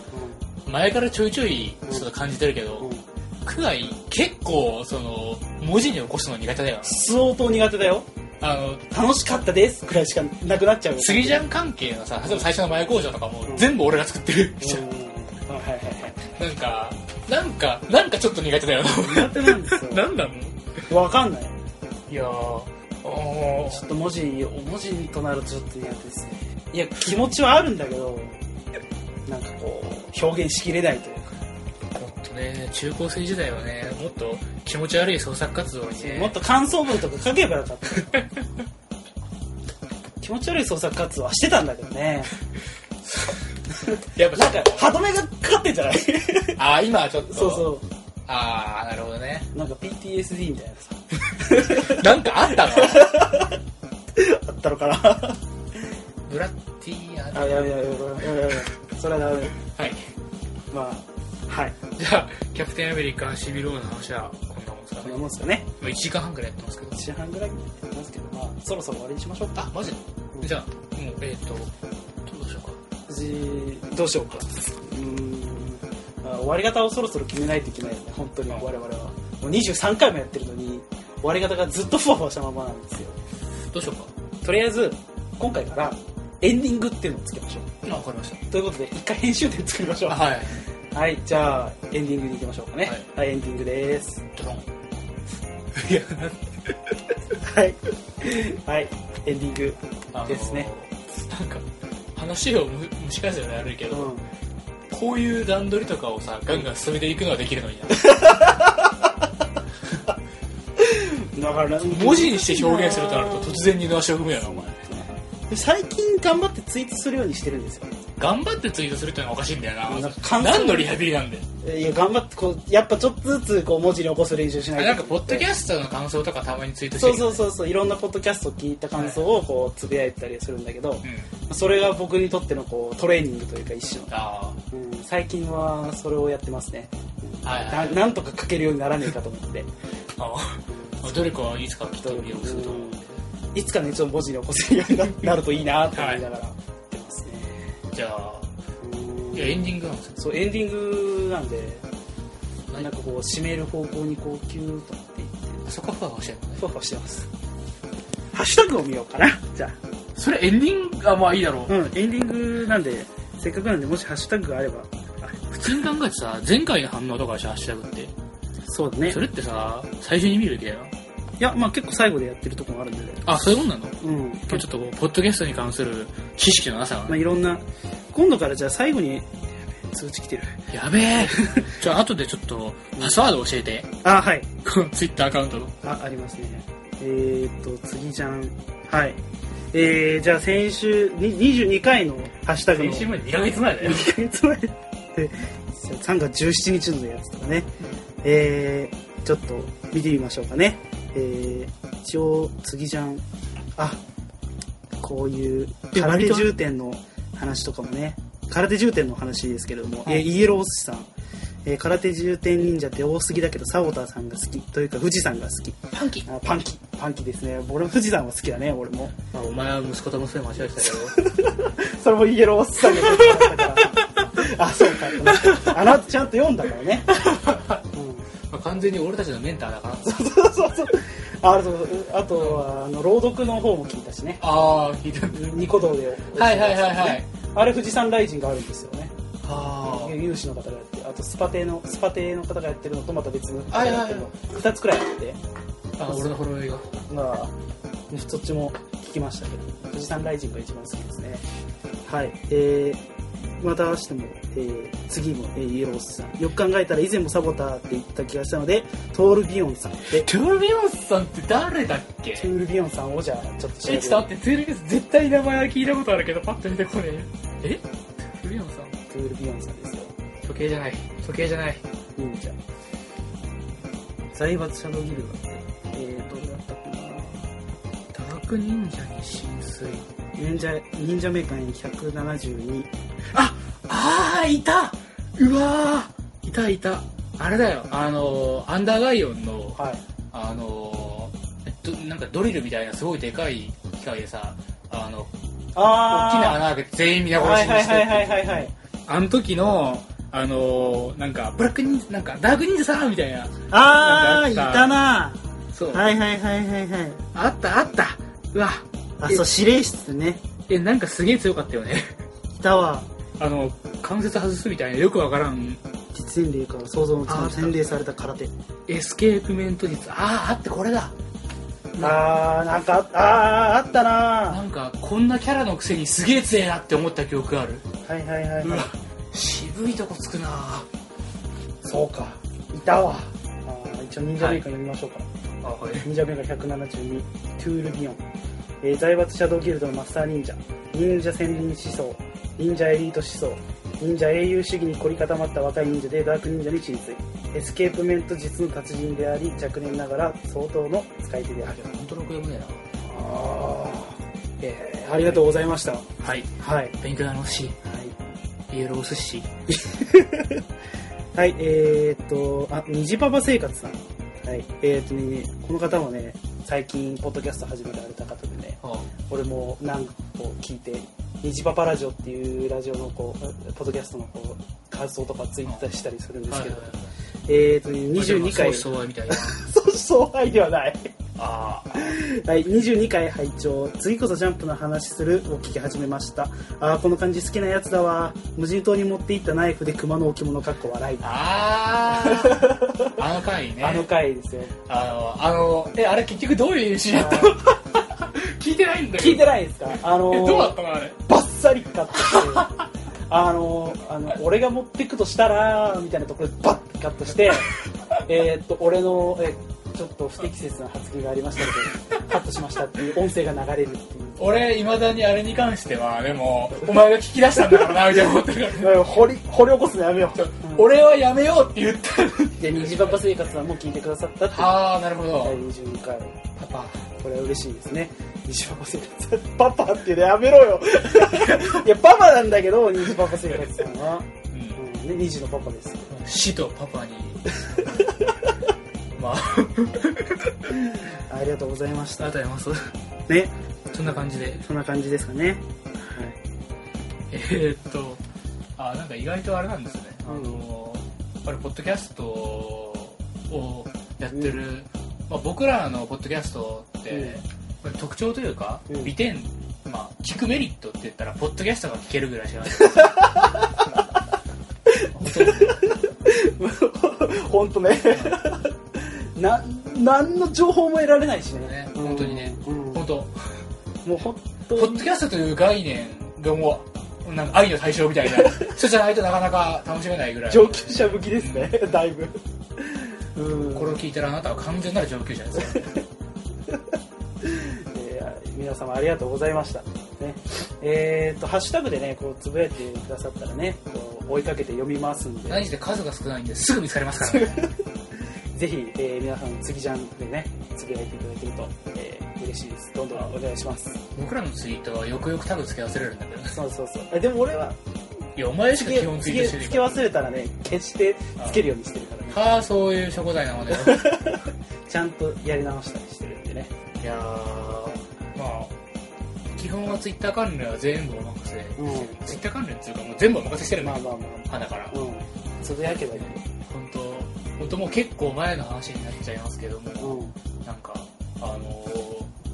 Speaker 2: 前からちょいちょいちょっと感じてるけど、
Speaker 1: うん
Speaker 2: くらい結構その文字に起こすの苦手だよ
Speaker 1: 相当苦手だよ。
Speaker 2: あの
Speaker 1: 楽しかったですくらいしかなくなっちゃうよ。
Speaker 2: スギジャン関係のさ例えば最初の前工場とかも
Speaker 1: うん
Speaker 2: 全部俺が作ってる、
Speaker 1: うんはいはいはい。
Speaker 2: なんかなんかなんかちょっと苦手だよ
Speaker 1: 苦手なんです
Speaker 2: ななんなの
Speaker 1: よ。わかんない。
Speaker 2: いやーお
Speaker 1: ちょっと文字、文字となるとちょっと苦手ですね。いや、気持ちはあるんだけど、なんかこう、表現しきれないというか、
Speaker 2: ーもっとね中高生時代はねもっと気持ち悪い創作活動にね
Speaker 1: もっと感想文とか書けばよかった。気持ち悪い創作活動はしてたんだけどね。
Speaker 2: やっぱ
Speaker 1: なんか、歯止めがかかってんじゃない
Speaker 2: ああ今はちょっと
Speaker 1: そうそう。
Speaker 2: ああなるほどね
Speaker 1: なんか PTSD みたいなさ、
Speaker 2: なんかあっ
Speaker 1: (laughs)
Speaker 2: たの
Speaker 1: あったのかな
Speaker 2: ブラッティー
Speaker 1: (laughs)
Speaker 2: ア
Speaker 1: あ、やべやべやべやべやべ。それはダメ。
Speaker 2: はい
Speaker 1: まあ、はい。
Speaker 2: じゃあキャプテンアメリカシビル王の話はこんなもんですか
Speaker 1: こん
Speaker 2: ね
Speaker 1: なもんですかね。
Speaker 2: まあ1時間半くらいやってますけど
Speaker 1: 1。時半ぐらいになってますけど、まあ、そろそろ終わりにしましょうか。
Speaker 2: あ、マジ
Speaker 1: うん
Speaker 2: じゃあ、もう、えっ、と、どうしよう
Speaker 1: じどうしようか。うーん、あ終わり方をそろそろ決めないといけないよね、本当に
Speaker 2: うん
Speaker 1: 我々は。もう23回もやってるのに、終わり方がずっとふわふわしたままなんですよ。
Speaker 2: か。どうしようか。
Speaker 1: とりあえず、今回からエンディングっていうのをつけましょ
Speaker 2: 今わかりまし
Speaker 1: う。ということで、一回編集点作りましょ
Speaker 2: た。
Speaker 1: う。
Speaker 2: あ、はい。
Speaker 1: はい、じゃあ、エンディングに行きましょうかね。
Speaker 2: は
Speaker 1: はい、エンディングです。
Speaker 2: ドロン。いや、
Speaker 1: はい。はい。エンディング。
Speaker 2: あの
Speaker 1: ですね。
Speaker 2: なんか、話をむ蒸し返すようになるけ
Speaker 1: う
Speaker 2: ど、
Speaker 1: ん。
Speaker 2: こういう段取りとかをさ、ガンガン進めていくのはできるのにな。
Speaker 1: だから、
Speaker 2: (laughs) 文字にして表現するとなると突然二度足を踏むよな、お前。
Speaker 1: 最近頑張ってツイートするようにしてるんですよ。
Speaker 2: 頑張ってツイートするってのはおかしいんだよ
Speaker 1: なんか
Speaker 2: な。
Speaker 1: 感想
Speaker 2: 何のリハビリなんだよ。
Speaker 1: いや、頑張って、こう、やっぱちょっとずつ、こう、文字に起こす練習しないと。
Speaker 2: なんか、ポッドキャストの感想とかたまにツイートして
Speaker 1: そう
Speaker 2: る。
Speaker 1: そうそうそう、いろんなポッドキャストを聞いた感想を、こう、つぶやいたりするんだけど、
Speaker 2: うん。
Speaker 1: それが僕にとっての、こう、トレーニングというか、一種の。
Speaker 2: あ
Speaker 1: うん、最近は、それをやってますね。
Speaker 2: あ、はいは。
Speaker 1: ないなんとか書けるようにならねえかと思って。
Speaker 2: あの努力はいつかきっと利用すると思う。
Speaker 1: いつかね、ちょっと文字に起こせるようにななるといいなと思いながら、やってますね。
Speaker 2: じゃあ、
Speaker 1: うん
Speaker 2: いや、エンディングなんですよ。
Speaker 1: そう、エンディングなんで、なんかこう、締める方向にこう、キューッとなっていって、
Speaker 2: あそこはふわふわしてるのね。
Speaker 1: ふわふわしてます。ハッシュタグを見ようかな。じゃあ。
Speaker 2: それエンディング、あ、まあいいだろ
Speaker 1: うん、エンディングなんで、せっかくなんで、もしハッシュタグがあれば。
Speaker 2: う。普通に考えてさ、前回の反応とかでしょ、ハッシュタグって。
Speaker 1: そうだね。
Speaker 2: それってさ、最初に見るべきだよ
Speaker 1: いや、まあ結構最後でやってるとこもあるんで、ね。
Speaker 2: な。あ、そういうもんなのこ
Speaker 1: うん。
Speaker 2: れちょっとこう、ポッドキャストに関する知識のなさが
Speaker 1: まあ
Speaker 2: ね
Speaker 1: いろんな、今度からじゃあ最後に、通知来てる。
Speaker 2: やべえ。 (laughs) じゃあ、後でちょっと、パスワード教えて。
Speaker 1: あ、はい。
Speaker 2: このツイッターアカウントの。
Speaker 1: あ、ありますね。えー、っと、次じゃん。はい。えー、じゃあ先週、に22回のハッシュタグの。
Speaker 2: まで2ヶ月前だよ。
Speaker 1: 2ヶ月前って3月17日のやつとかね、えー、ちょっと見てみましょうかね、えー、一応次じゃんあこういう
Speaker 2: え
Speaker 1: 空
Speaker 2: 割
Speaker 1: 手
Speaker 2: と
Speaker 1: 重点の話とかもね空手重点の話ですけれども、
Speaker 2: はい
Speaker 1: えーイエロースさん、えー空手重点忍者って多すぎだけどサボターさんが好きというか富士山が好き
Speaker 2: パンキ
Speaker 1: あパンキパンキですね俺も富士山は好きだね俺も
Speaker 2: まあ、お前は息子と娘間違えてた (laughs) けど。
Speaker 1: それもイエローおっさんが出てきた (laughs) から。あ、そうかと思って。あなたちゃんと読んだからね。う
Speaker 2: まあ、完全に俺たちのメンターだから。
Speaker 1: ん、そうそうそう。ああと、あとは、あの、朗読の方も聞いたしね。
Speaker 2: ああ、聞いた。
Speaker 1: ニコ動で。
Speaker 2: はいはいはいはい。
Speaker 1: あれ、富士山ライジンがあるんですよね。
Speaker 2: あ
Speaker 1: 有志の方がやってる。あと、スパテの、スパテの方がやってるのと、また別の方がやってるの
Speaker 2: は。
Speaker 1: 二つくらいあって。
Speaker 2: あ、俺のフォローが。
Speaker 1: まあ、どっちも聞きましたけど、富士山ライジンが一番好きですね。はい。えー、また明日も、えー、次も、えー、イエロースさん。よく考えたら以前もサボターって言った気がしたので、トールビヨンさんで、ト
Speaker 2: トゥールビオンさんって誰だっけ
Speaker 1: ゥールビヨンさんをじゃあ、ちょっと調べ
Speaker 2: え、ちょっと待って、トゥールビオンさん絶対名前は聞いたことあるけど、パッと出てこねえ。えトゥールビオンさん
Speaker 1: トゥールビヨンさんですよ。
Speaker 2: 時計じゃない。時計じゃない。
Speaker 1: 忍者。財閥者のギルドって、えー、どうだったかな
Speaker 2: ダーク忍者に浸水。
Speaker 1: 忍者、忍者メーカーに172。
Speaker 2: ああ、いたうわーいたいた。あれだよ、あのー、アンダーガイオンの、
Speaker 1: はい。
Speaker 2: あのー、えっと、なんかドリルみたいなすごいでかい機械でさ、あの、大きな
Speaker 1: あ
Speaker 2: 穴開けて全員皆
Speaker 1: ー。
Speaker 2: 殺
Speaker 1: は
Speaker 2: し
Speaker 1: い
Speaker 2: に
Speaker 1: はい
Speaker 2: して
Speaker 1: は
Speaker 2: っ
Speaker 1: い
Speaker 2: て
Speaker 1: はいはいはい。
Speaker 2: あの時の、あのー、なんか、ブラック忍者、なんか、ダーク忍者さんみたいな。
Speaker 1: あー、い
Speaker 2: なんかあった
Speaker 1: たな
Speaker 2: そう。
Speaker 1: はいはいはいはいはい。
Speaker 2: あったあったうわ
Speaker 1: あ、そう、指令室ね。
Speaker 2: え、なんかすげえ強かったよね。
Speaker 1: いたわ。
Speaker 2: (laughs) あの、関節外すみたいな、よくわからん。
Speaker 1: 実演霊から想像のつ
Speaker 2: あ
Speaker 1: か
Speaker 2: あった
Speaker 1: 洗礼された空手。
Speaker 2: エスケープメント術。ああ、あってこれだ。
Speaker 1: あー、なんか、あー、あった
Speaker 2: な
Speaker 1: なん
Speaker 2: か、こんなキャラのくせにすげえ強えなって思った記憶がある。
Speaker 1: はいはいはいうは
Speaker 2: わ
Speaker 1: い。、
Speaker 2: 渋いとこつくな
Speaker 1: そうか。いたわ。あー一応、忍者メーカー読みましょうか。
Speaker 2: あ、はい。
Speaker 1: 忍者メーカー172、トゥールビヨン。えー、財閥シャドウギルドのマスター忍者。忍者戦輪思想。忍者エリート思想。忍者英雄主義に凝り固まった若い忍者でダーク忍者に浸水。エスケープメント術の達人であり、若年ながら相当の使い手であ
Speaker 2: あ
Speaker 1: る。
Speaker 2: れ、本当の読むね
Speaker 1: あーえーありがとうございました。はい。
Speaker 2: な。はい。
Speaker 1: はい。
Speaker 2: 勉強になりますし、イエロー寿司。
Speaker 1: はい、えー、っと、あ、虹パパ生活さん。はい。えー、っとね、この方もね、最近、ポッドキャスト始められた方でね、
Speaker 2: あ
Speaker 1: 俺もなんかこう聞いて、虹パパラジオっていうラジオのこう、ポッドキャストのこう、感想とかツイッターしたりするんですけど、えー、っとね、22回、
Speaker 2: そうそうみたいな。
Speaker 1: そう、そう愛ではない。
Speaker 2: (laughs) ああ
Speaker 1: はい、22回拝聴次こそジャンプの話するを聞き始めましたああこの感じ好きなやつだわ無人島に持っていったナイフで熊の置物かっこ笑い
Speaker 2: あーあの回ね
Speaker 1: あの回ですよ
Speaker 2: あのあのえあれ結局どういう演習やったの聞いてないんだけど
Speaker 1: 聞いてないですかあの
Speaker 2: えどうだったのあれ
Speaker 1: バッサリカットして (laughs) あのあの俺が持ってくとしたらみたいなところでバッてカットして (laughs) えーっと俺のえちょっと不適切な発言がありましたけどカットしましたっていう音声が流れるっていう
Speaker 2: 俺いまだにあれに関してはでもお前が聞き出したんだからなみたいな思ってるから
Speaker 1: 掘り掘り起こすのやめよう、
Speaker 2: 俺はやめようって言ったのに
Speaker 1: で虹パパ生活はもう聞いてくださったっていう
Speaker 2: ああなるほ
Speaker 1: 第
Speaker 2: ど
Speaker 1: 22回
Speaker 2: パパ
Speaker 1: これは嬉しいですね。虹パパ生活。 (laughs) パパってやめろよ。いや、パパなんだけど、虹パパ生活さんは。
Speaker 2: うん
Speaker 1: うん、ね、虹のパパです。
Speaker 2: 死とパ (laughs) パにまあ
Speaker 1: ありがとうございまし
Speaker 2: ありが
Speaker 1: た。
Speaker 2: とうございます
Speaker 1: ね、
Speaker 2: そんな感じで
Speaker 1: そんな感じですかね。
Speaker 2: えーっとあなんか意外とあれなんですねあのやっぱりポッドキャストをやってる、まあ、僕らのポッドキャストって、
Speaker 1: うん
Speaker 2: これ特徴というか、
Speaker 1: うん
Speaker 2: 美点まあ、聞くメリットって言ったらポッドキャストが聞けるぐら
Speaker 1: (laughs)
Speaker 2: いしかない本当に
Speaker 1: はい。 (laughs) ほんとね。な、なんの情報も得られないしね
Speaker 2: ね。本当にね
Speaker 1: うん。
Speaker 2: 本当
Speaker 1: もうほん
Speaker 2: ポ
Speaker 1: と
Speaker 2: ッドキャストという概念がもう、なんか愛の対象みたいな、そうじゃないとなかなか楽しめないぐらい。
Speaker 1: 上級者向きですね、だいぶ。うん。
Speaker 2: これを聞いたらあなたは完全なる上級者です
Speaker 1: え
Speaker 2: よ。
Speaker 1: ー皆様ありがとうございました。ね、えーっと、ハッシュタグでね、こう、つぶやいてくださったらね、こう追いかけて読みますんで、
Speaker 2: 何して数が少ないんですぐ見つかりま
Speaker 1: (laughs)
Speaker 2: すからね。
Speaker 1: ぜひ、えー皆さん、次ジャンでね、つぶやいていただけると、えー嬉しいです。どんどんお願いします。
Speaker 2: 僕らのツイートはよくよくタグ付け忘れるんだけどね。
Speaker 1: そうそうそう。えでも俺は、
Speaker 2: いや、お前
Speaker 1: つ
Speaker 2: しか
Speaker 1: け、
Speaker 2: 基本ツ
Speaker 1: つ
Speaker 2: イー
Speaker 1: け
Speaker 2: トしてる
Speaker 1: つけ忘れたらね、決してつけるようにしてるからね、
Speaker 2: はあ、そういう食材なので。
Speaker 1: ちゃんとやり直したりしてるんでね。
Speaker 2: いやー、まあ、基本はツイッター関連は全部お任せ。
Speaker 1: う
Speaker 2: ツイッター関連っていうかもう全部お任せしてる
Speaker 1: ん。まあ
Speaker 2: 派
Speaker 1: まあま
Speaker 2: だから。
Speaker 1: あ、うん。つぶやけばいいよ。
Speaker 2: 本当本当もう結構前の話になっちゃいますけども、
Speaker 1: うん。
Speaker 2: なんか、あの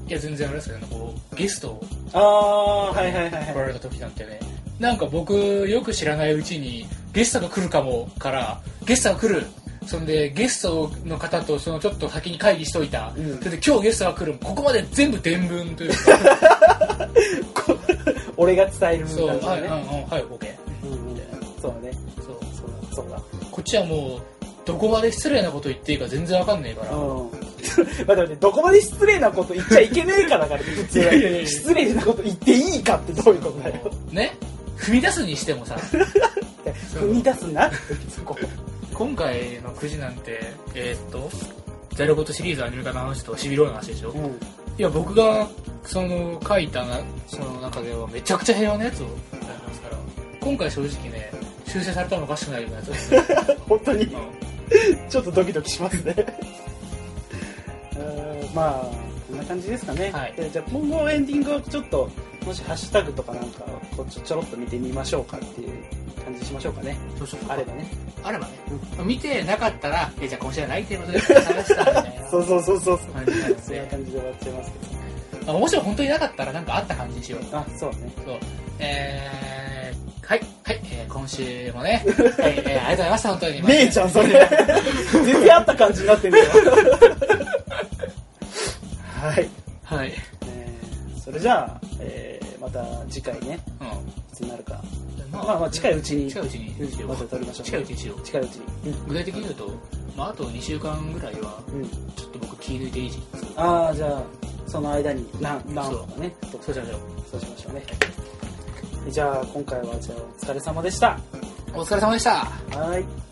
Speaker 2: ーいや、全然あれですけど、ね、こう、ゲストを
Speaker 1: ああ、はいはいはい
Speaker 2: 来
Speaker 1: はい。
Speaker 2: られた時なんてね、なんか僕、よく知らないうちに、ゲストが来るかもから、ゲストが来るそんで、ゲストの方と、そのちょっと先に会議しといた。
Speaker 1: うん
Speaker 2: それで、今日ゲストが来る。ここまで全部伝聞というか、
Speaker 1: 俺が伝えるみ
Speaker 2: そう、
Speaker 1: たい
Speaker 2: はい、
Speaker 1: な
Speaker 2: うん、うん
Speaker 1: ね。、
Speaker 2: はい、OK。
Speaker 1: うんうんそうだね。
Speaker 2: そう。
Speaker 1: そうだ、そうだ。
Speaker 2: こっちはもう、どこまで失礼なこと言っていいか全然わかんねえから、
Speaker 1: うん。 (laughs) まあでもね、どこまで失礼なこと言っちゃいけねえかだからね、普通は。
Speaker 2: (laughs) いやいやいや
Speaker 1: 失礼なこと言っていいかってどういうことだよ。
Speaker 2: ね踏み出すにしてもさ、
Speaker 1: って踏み出すなって、そこ。
Speaker 2: 今回のくじなんて、えーっと、ザイロゴトシリーズアニメ化の話とシビローの話でしょ、
Speaker 1: う
Speaker 2: い
Speaker 1: ん。
Speaker 2: や、僕が、その、書いたな、その中ではめちゃくちゃ平和なやつを書いてますから、今回正直ね、修正されたのおかしくないようなやつです、ね。
Speaker 1: 本当に
Speaker 2: う、
Speaker 1: ちょっとドキドキします
Speaker 2: (laughs)
Speaker 1: ね。うんまあ、こんな感じですかね。
Speaker 2: はい
Speaker 1: でじゃあ、今後エンディングをちょっと、もしハッシュタグとかなんかをこうちょちょろっと見てみましょうかっていう感じしましょうかね。
Speaker 2: んどうしよう
Speaker 1: あればね。
Speaker 2: あればね、見てなかったら、え、じゃあ今週はないということで話したみたいな
Speaker 1: そうそうそうそう。
Speaker 2: 感じなんです
Speaker 1: そんな
Speaker 2: ね。
Speaker 1: 感じで終わっちゃいますけど。
Speaker 2: あもし本当になかったらなんかあった感じにしよう。
Speaker 1: あ、そうね。
Speaker 2: そう。えー、はい、はい、えー、今週も
Speaker 1: (laughs)
Speaker 2: ね、はい、えー、ありがとうございました、本当に。
Speaker 1: ねえちゃん、それ。全然あった感じになってんだよ。はい。
Speaker 2: はい。
Speaker 1: えーそれじゃあ、えーまた次回ね、
Speaker 2: う
Speaker 1: いつになるか。
Speaker 2: ん。
Speaker 1: まあまあ、近いうちに、
Speaker 2: 近いうちにしよう
Speaker 1: また撮りましょう。
Speaker 2: 近いうちにしよう。
Speaker 1: 近いうちに。
Speaker 2: 具体的に言うと、まあ、あと2週間ぐらいは、
Speaker 1: うん。うん、
Speaker 2: ちょっと僕気抜いていいし。
Speaker 1: ああ、じゃあ、その間に何、何話かね、撮っ
Speaker 2: そうしましょう。
Speaker 1: そうしましょうね。じゃあ、今回は、じゃあ、お疲れ様でした。
Speaker 2: お疲れ様でした。
Speaker 1: はい。